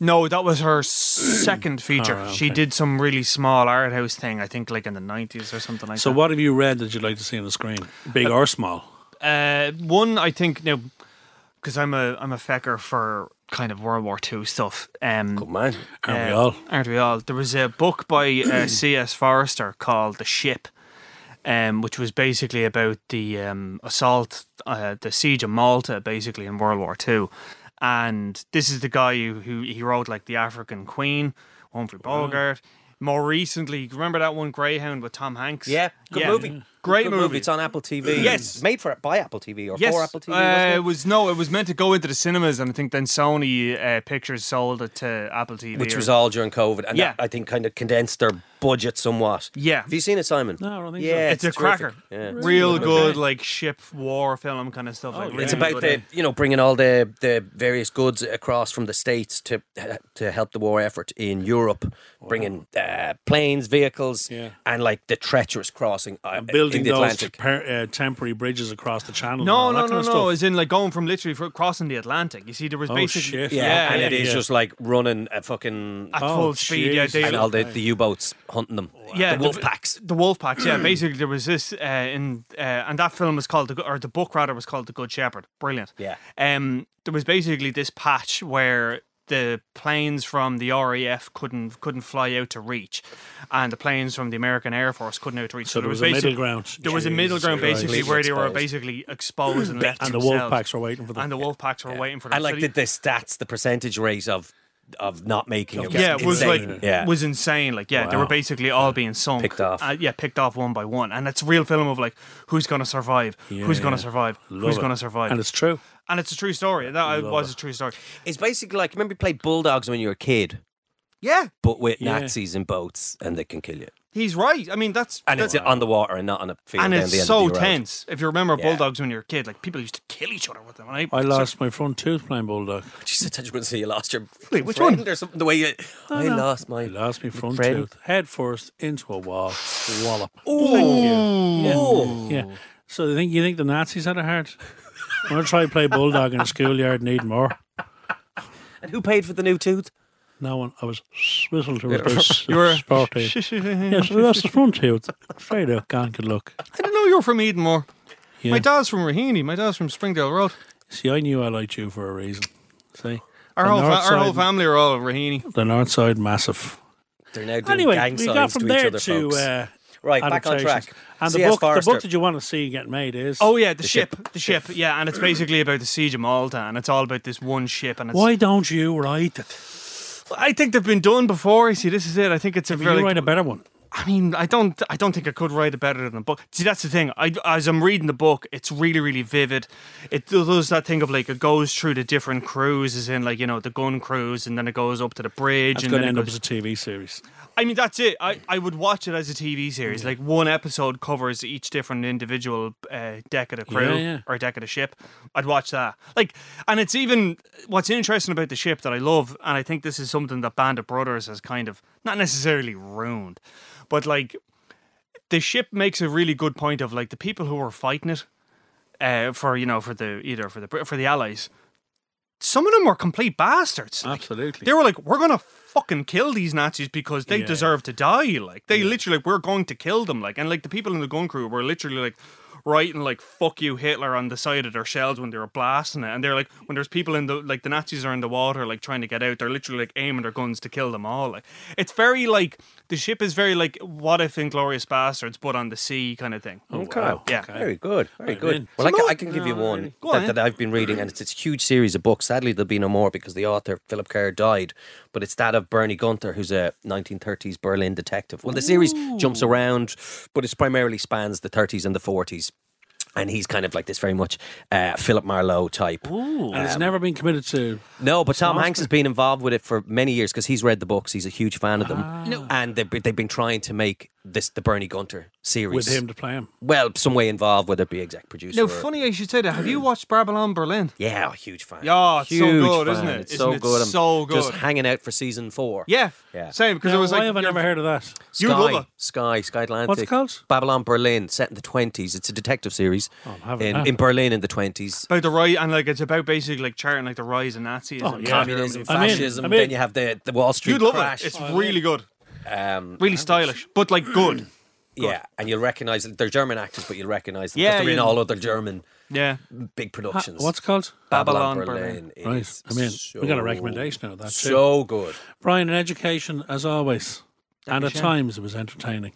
[SPEAKER 6] No, that was her second feature.
[SPEAKER 2] Alright,
[SPEAKER 6] She
[SPEAKER 2] okay.
[SPEAKER 6] did some really small art house thing, I think, like in the nineties or something like
[SPEAKER 2] so
[SPEAKER 6] that.
[SPEAKER 2] what have you read that you'd like to see on the screen? Big or small?
[SPEAKER 6] Uh, one I think now, because I'm a I'm a fecker for kind of World War II stuff. Um, Good
[SPEAKER 3] man,
[SPEAKER 2] Aren't we all?
[SPEAKER 6] Aren't we all? There was a book by uh, C.S. Forrester called The Ship, um, which was basically about the um, assault, uh, the siege of Malta, basically in World War Two. And this is the guy who, who he wrote like the African Queen, Humphrey Bogart. More recently, remember that one Greyhound with Tom Hanks?
[SPEAKER 3] Yeah, good movie.
[SPEAKER 6] Great
[SPEAKER 3] Good
[SPEAKER 6] movie.
[SPEAKER 3] It's on Apple TV.
[SPEAKER 6] Yes.
[SPEAKER 3] made for by Apple TV or
[SPEAKER 6] yes,
[SPEAKER 3] for Apple TV.
[SPEAKER 6] uh,
[SPEAKER 3] wasn't
[SPEAKER 6] it was no, it was meant to go into the cinemas, and I think then Sony uh, Pictures sold it to Apple TV,
[SPEAKER 3] it? Which
[SPEAKER 6] or-
[SPEAKER 3] was all during COVID, and
[SPEAKER 6] Yeah.
[SPEAKER 3] that, I think kind of condensed their budget somewhat.
[SPEAKER 6] Yeah.
[SPEAKER 3] Have you seen it, Simon?
[SPEAKER 6] No, I don't
[SPEAKER 3] think so. Yeah,
[SPEAKER 6] it's,
[SPEAKER 3] it's
[SPEAKER 6] a cracker.
[SPEAKER 3] terrific. Yeah.
[SPEAKER 6] Real
[SPEAKER 3] Really?
[SPEAKER 6] good,
[SPEAKER 3] Okay. Oh,
[SPEAKER 6] like ship war film kind of stuff. like really
[SPEAKER 3] it's about
[SPEAKER 6] good.
[SPEAKER 3] the you know bringing all the the various goods across from the states to to help the war effort in Europe, bringing uh, planes, vehicles, and like the treacherous crossing uh,
[SPEAKER 2] building
[SPEAKER 3] in the
[SPEAKER 2] those
[SPEAKER 3] Atlantic.
[SPEAKER 2] per, uh, temporary bridges across the channel. and
[SPEAKER 6] No,
[SPEAKER 2] all
[SPEAKER 6] no,
[SPEAKER 2] that kind
[SPEAKER 6] no,
[SPEAKER 2] of
[SPEAKER 6] no.
[SPEAKER 2] stuff.
[SPEAKER 6] As in, like going from literally fro- crossing the Atlantic. You see, there was
[SPEAKER 2] Oh,
[SPEAKER 6] basically
[SPEAKER 2] shit.
[SPEAKER 3] Yeah,
[SPEAKER 6] yeah,
[SPEAKER 3] and
[SPEAKER 6] yeah,
[SPEAKER 3] it is
[SPEAKER 6] yeah.
[SPEAKER 3] just like running a fucking
[SPEAKER 6] At full Oh, speed, yeah, they-
[SPEAKER 3] and all the, the U boats hunting them.
[SPEAKER 6] yeah,
[SPEAKER 3] the wolf packs.
[SPEAKER 6] The wolf packs. Yeah, basically there was this uh, in uh, and that film was called the Go- or the book rather was called the Good Shepherd. Brilliant.
[SPEAKER 3] Yeah.
[SPEAKER 6] Um, there was basically this patch where the planes from the RAF couldn't couldn't fly out to reach, and the planes from the American Air Force couldn't out to reach.
[SPEAKER 2] So there was a
[SPEAKER 6] basic-
[SPEAKER 2] middle ground.
[SPEAKER 6] There was a middle
[SPEAKER 2] Jesus
[SPEAKER 6] ground
[SPEAKER 2] Christ.
[SPEAKER 6] basically
[SPEAKER 2] Completely
[SPEAKER 6] where they were
[SPEAKER 2] exposed.
[SPEAKER 6] basically exposed and left
[SPEAKER 2] And the
[SPEAKER 6] themselves.
[SPEAKER 2] wolf packs were waiting for them.
[SPEAKER 6] And the wolf packs were waiting for them.
[SPEAKER 3] I like
[SPEAKER 6] So
[SPEAKER 3] the,
[SPEAKER 6] they-
[SPEAKER 3] the stats, the percentage rate of of not making it.
[SPEAKER 6] yeah, it was
[SPEAKER 3] insane.
[SPEAKER 6] like
[SPEAKER 3] yeah.
[SPEAKER 6] was insane. Like yeah, they
[SPEAKER 3] Wow.
[SPEAKER 6] were basically all being sunk,
[SPEAKER 3] Picked off.
[SPEAKER 6] Uh, yeah, picked off one by one, and it's a real film of like who's gonna survive, who's
[SPEAKER 3] Yeah.
[SPEAKER 6] gonna survive,
[SPEAKER 3] Love
[SPEAKER 6] who's
[SPEAKER 3] it.
[SPEAKER 6] gonna survive,
[SPEAKER 3] And it's true.
[SPEAKER 6] and it's a true story. That uh,
[SPEAKER 3] Love
[SPEAKER 6] was
[SPEAKER 3] it.
[SPEAKER 6] a true story.
[SPEAKER 3] It's basically like remember you played bulldogs when you were a kid,
[SPEAKER 6] Yeah,
[SPEAKER 3] but with
[SPEAKER 6] Yeah.
[SPEAKER 3] Nazis in boats and they can kill you.
[SPEAKER 6] he's right. I mean that's
[SPEAKER 3] And
[SPEAKER 6] that's,
[SPEAKER 3] it's on the water and not on a field.
[SPEAKER 6] and
[SPEAKER 3] down the
[SPEAKER 6] it's
[SPEAKER 3] end
[SPEAKER 6] so
[SPEAKER 3] of the road.
[SPEAKER 6] tense. If you remember
[SPEAKER 3] Yeah.
[SPEAKER 6] bulldogs when you were a kid, like people used to kill each other with them. And I,
[SPEAKER 2] I
[SPEAKER 6] so-
[SPEAKER 2] lost my front tooth playing bulldog.
[SPEAKER 3] Jesus, I just wouldn't say you lost your
[SPEAKER 2] Wait, which
[SPEAKER 3] friend
[SPEAKER 2] one?
[SPEAKER 3] or something. The way you,
[SPEAKER 2] No,
[SPEAKER 3] I
[SPEAKER 2] no.
[SPEAKER 3] lost my
[SPEAKER 2] lost my front
[SPEAKER 3] friend.
[SPEAKER 2] tooth head first into a wall, wallop.
[SPEAKER 3] Ooh.
[SPEAKER 2] Yeah. yeah. So you think you think the Nazis had it hard? I'm gonna try to play bulldog in a schoolyard. Need more.
[SPEAKER 3] And who paid for the new tooth?
[SPEAKER 2] No one. I was whistled to it.
[SPEAKER 6] You were-
[SPEAKER 2] sporty. yes, I lost the front tooth. Straight up, gone. Good luck.
[SPEAKER 6] I didn't know you were from Edenmore.
[SPEAKER 2] Yeah.
[SPEAKER 6] My dad's from Raheny. My dad's from Springdale Road.
[SPEAKER 2] See, I knew I liked you for a reason. See,
[SPEAKER 6] Our
[SPEAKER 2] The
[SPEAKER 6] whole,
[SPEAKER 2] north
[SPEAKER 6] fa- our whole
[SPEAKER 2] side-
[SPEAKER 6] family are all Raheny.
[SPEAKER 2] the north side massive.
[SPEAKER 3] They're now doing
[SPEAKER 2] Anyway,
[SPEAKER 3] gang
[SPEAKER 2] we
[SPEAKER 3] signs
[SPEAKER 2] got from
[SPEAKER 3] to
[SPEAKER 2] there
[SPEAKER 3] each other,
[SPEAKER 2] to
[SPEAKER 3] folks.
[SPEAKER 2] uh,
[SPEAKER 3] right, back on
[SPEAKER 2] adaptations.
[SPEAKER 3] track.
[SPEAKER 2] And the
[SPEAKER 3] C.S.
[SPEAKER 2] book, the
[SPEAKER 3] Forrester.
[SPEAKER 2] book that you want to see get made is
[SPEAKER 6] Oh yeah, the, ship. the ship, yeah, and it's basically about the siege of Malta, and it's all about this one ship, and it's.
[SPEAKER 2] Why don't you write it?
[SPEAKER 6] I think they've been done before. You See, this is it. I think it's a
[SPEAKER 2] If
[SPEAKER 6] very.
[SPEAKER 2] you write a better one.
[SPEAKER 6] I mean, I don't. I don't think I could write it better than a book. See, that's the thing. I, as I'm reading the book, it's really, really vivid. It does that thing of like it goes through the different crews, as in like you know the gun crews, and then it goes up to the bridge,
[SPEAKER 2] It's
[SPEAKER 6] and
[SPEAKER 2] going
[SPEAKER 6] then
[SPEAKER 2] to end
[SPEAKER 6] it
[SPEAKER 2] up
[SPEAKER 6] goes
[SPEAKER 2] as a TV series.
[SPEAKER 6] I mean, that's it. I, I would watch it as a TV series. Like one episode covers each different individual uh, deck of the crew
[SPEAKER 2] Yeah, yeah.
[SPEAKER 6] or deck of the ship. I'd watch that. Like, and it's even what's interesting about the ship that I love, and I think this is something that Band of Brothers has kind of not necessarily ruined, but like the ship makes a really good point of like the people who were fighting it uh, for you know for the either for the Brit- for the Allies. Some of them were complete bastards. Like,
[SPEAKER 2] Absolutely.
[SPEAKER 6] they were like, we're gonna fucking kill these Nazis because they
[SPEAKER 2] Yeah.
[SPEAKER 6] deserve to die. Like they literally, like, we're going to kill them. Like and like the people in the gun crew were literally like writing like "fuck you Hitler" on the side of their shells when they were blasting it. And they're like, when there's people in the like the Nazis are in the water, like trying to get out, they're literally like aiming their guns to kill them all. Like it's very like the ship is very like what if Inglorious Bastards, but on the sea kind of thing.
[SPEAKER 2] Oh,
[SPEAKER 3] Okay.
[SPEAKER 6] Oh, Yeah.
[SPEAKER 3] Very good. Very
[SPEAKER 6] Right,
[SPEAKER 3] good.
[SPEAKER 6] then.
[SPEAKER 3] Well, I
[SPEAKER 6] Some
[SPEAKER 3] can,
[SPEAKER 6] more-
[SPEAKER 3] I can give you
[SPEAKER 6] No,
[SPEAKER 3] one
[SPEAKER 6] really. Go on,
[SPEAKER 3] that,
[SPEAKER 6] yeah.
[SPEAKER 3] that I've been reading, and it's it's a huge series of books. Sadly, there'll be no more because the author, Philip Kerr, died. But it's that of Bernie Gunther, who's a 1930s Berlin detective. Well, the series jumps around, but it's primarily spans the 30s and the 40s. And he's kind of like this very much uh, Philip Marlowe type.
[SPEAKER 2] and it's
[SPEAKER 3] Um,
[SPEAKER 2] never been committed to.
[SPEAKER 3] No, but Tom
[SPEAKER 2] Smart.
[SPEAKER 3] Hanks has been involved with it for many years because he's read the books. He's a huge fan of them,
[SPEAKER 6] Ah.
[SPEAKER 3] and they've, been- they've been trying to make this the Bernie Gunter series
[SPEAKER 2] With him to play him.
[SPEAKER 3] Well, some way involved, whether it be exec producer.
[SPEAKER 6] No,
[SPEAKER 3] or-
[SPEAKER 6] funny I should say that. Have you watched Babylon Berlin?
[SPEAKER 3] Yeah, I'm a huge fan.
[SPEAKER 6] Yeah, it's so
[SPEAKER 3] huge
[SPEAKER 6] good, isn't
[SPEAKER 3] fan.
[SPEAKER 6] it?
[SPEAKER 3] It's
[SPEAKER 6] Isn't
[SPEAKER 3] so
[SPEAKER 6] it
[SPEAKER 3] good. I'm
[SPEAKER 6] so good?
[SPEAKER 3] Just hanging out for season four.
[SPEAKER 6] Yeah,
[SPEAKER 3] yeah.
[SPEAKER 6] same because it was like
[SPEAKER 2] why have I never heard of that?
[SPEAKER 3] Sky, Sky, Sky Atlantic.
[SPEAKER 2] What's it called?
[SPEAKER 3] Babylon Berlin, set in the twenties. It's a detective series
[SPEAKER 6] Oh,
[SPEAKER 2] having
[SPEAKER 3] in,
[SPEAKER 2] that.
[SPEAKER 3] in Berlin in the twenties.
[SPEAKER 6] about the rise and like it's about basically like charting like the rise of Nazism,
[SPEAKER 3] Oh, communism,
[SPEAKER 6] I mean-
[SPEAKER 3] fascism.
[SPEAKER 6] I mean-
[SPEAKER 3] then you have the, the Wall Street
[SPEAKER 6] You'd love
[SPEAKER 3] crash.
[SPEAKER 6] it. It's really good,
[SPEAKER 3] Um,
[SPEAKER 6] really stylish, but like good.
[SPEAKER 3] Yeah, and you'll recognise they're German actors, but you'll recognise them
[SPEAKER 6] Yeah,
[SPEAKER 3] because they're in
[SPEAKER 6] yeah.
[SPEAKER 3] all other German
[SPEAKER 6] Yeah,
[SPEAKER 3] big productions.
[SPEAKER 2] What's it called?
[SPEAKER 3] Babylon, Berlin? It
[SPEAKER 2] Right.
[SPEAKER 3] is
[SPEAKER 2] I mean, we got a
[SPEAKER 3] so-
[SPEAKER 2] recommendation out of that. too.
[SPEAKER 3] So good.
[SPEAKER 2] Brian, an education as always, and at
[SPEAKER 6] Dankeschön.
[SPEAKER 2] times it was entertaining.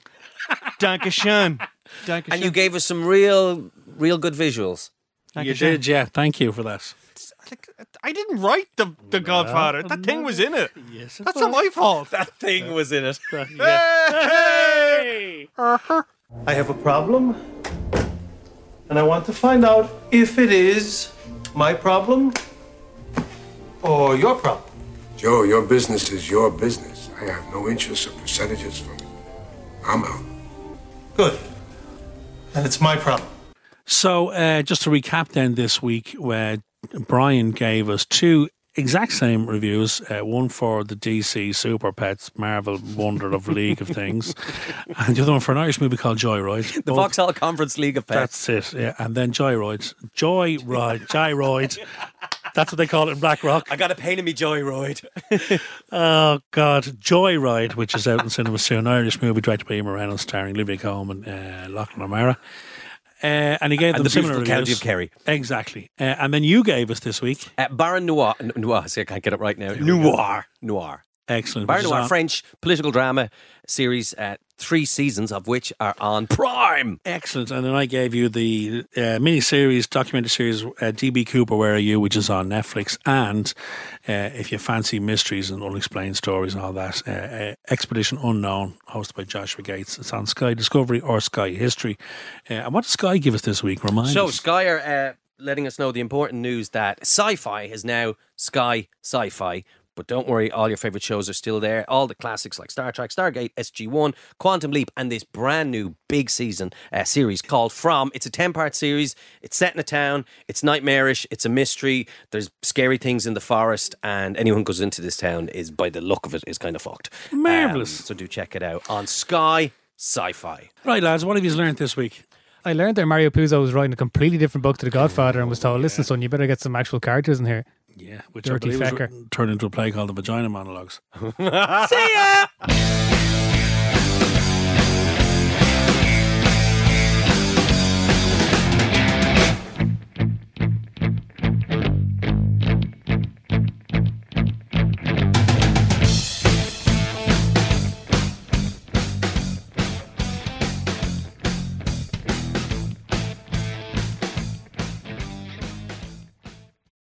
[SPEAKER 6] Dankeschön. Thank you,
[SPEAKER 3] and
[SPEAKER 6] sir.
[SPEAKER 3] you gave us some real, real good visuals.
[SPEAKER 2] you did, yeah. Thank you for that.
[SPEAKER 6] I didn't write the the Godfather. That thing was in it.
[SPEAKER 2] Yes,
[SPEAKER 6] that's not my fault.
[SPEAKER 3] That thing was in it.
[SPEAKER 6] Hey!
[SPEAKER 5] I have a problem, and I want to find out if it is my problem or your problem.
[SPEAKER 20] Joe, your business is your business. I have no interest or percentages from it. I'm out.
[SPEAKER 5] Good. And it's my problem.
[SPEAKER 2] So, uh, just to recap, then this week, where Brian gave us two exact same reviews uh, one for the DC Super Pets Marvel Wonder of League of Things, and the other one for an Irish movie called Joyride.
[SPEAKER 3] The
[SPEAKER 2] Both-
[SPEAKER 3] Vauxhall Conference League of Pets.
[SPEAKER 2] That's it, yeah. And then Joyride. Joyride. Joyride. That's what they call it in Black Rock.
[SPEAKER 3] I got a pain in me joyride.
[SPEAKER 2] Oh God, Joyride, which is out in cinema soon, Irish movie directed by Emma Reynolds, starring Olivia Colman, uh, Lachlan O'Mara. Uh, and he gave
[SPEAKER 3] And
[SPEAKER 2] them
[SPEAKER 3] the
[SPEAKER 2] similar
[SPEAKER 3] beautiful county
[SPEAKER 2] reviews.
[SPEAKER 3] of Kerry.
[SPEAKER 2] exactly. Uh, and then you gave us this week
[SPEAKER 3] Uh, Baron Noir. N- Noir. See, I can't get it right now.
[SPEAKER 2] we go.
[SPEAKER 3] Noir. Noir.
[SPEAKER 2] excellent
[SPEAKER 3] Baron
[SPEAKER 2] which is
[SPEAKER 3] Noir,
[SPEAKER 2] on-
[SPEAKER 3] French political drama series, uh, three seasons of which are on Prime.
[SPEAKER 2] Excellent. And then I gave you the uh, mini series, documentary series, uh, DB Cooper, Where Are You, which is on Netflix. And uh, if you fancy mysteries and unexplained stories and all that, uh, uh, Expedition Unknown, hosted by Joshua Gates. It's on Sky Discovery or Sky History. Uh, and what does Sky give us this week? Remind
[SPEAKER 3] So
[SPEAKER 2] us.
[SPEAKER 3] Sky are uh, letting us know the important news that Sci-Fi is now Sky Sci-Fi. But don't worry, all your favorite shows are still there. All the classics like Star Trek, Stargate, SG One, Quantum Leap, and this brand new big season uh, series called From. It's a ten-part series. It's set in a town. It's nightmarish. It's a mystery. There's scary things in the forest, and anyone who goes into this town is, by the look of it, is kind of fucked. Um,
[SPEAKER 2] Marvelous.
[SPEAKER 3] so do check it out on Sky Sci-Fi.
[SPEAKER 2] Right, lads, what have you learned this week?
[SPEAKER 4] I learned that Mario Puzo was writing a completely different book to The Godfather and was told, listen, son, you better get some actual characters in here.
[SPEAKER 2] Yeah,
[SPEAKER 4] Dirty
[SPEAKER 2] believe was
[SPEAKER 4] fecker.
[SPEAKER 2] written- turned into a play called The Vagina Monologues.
[SPEAKER 4] See ya!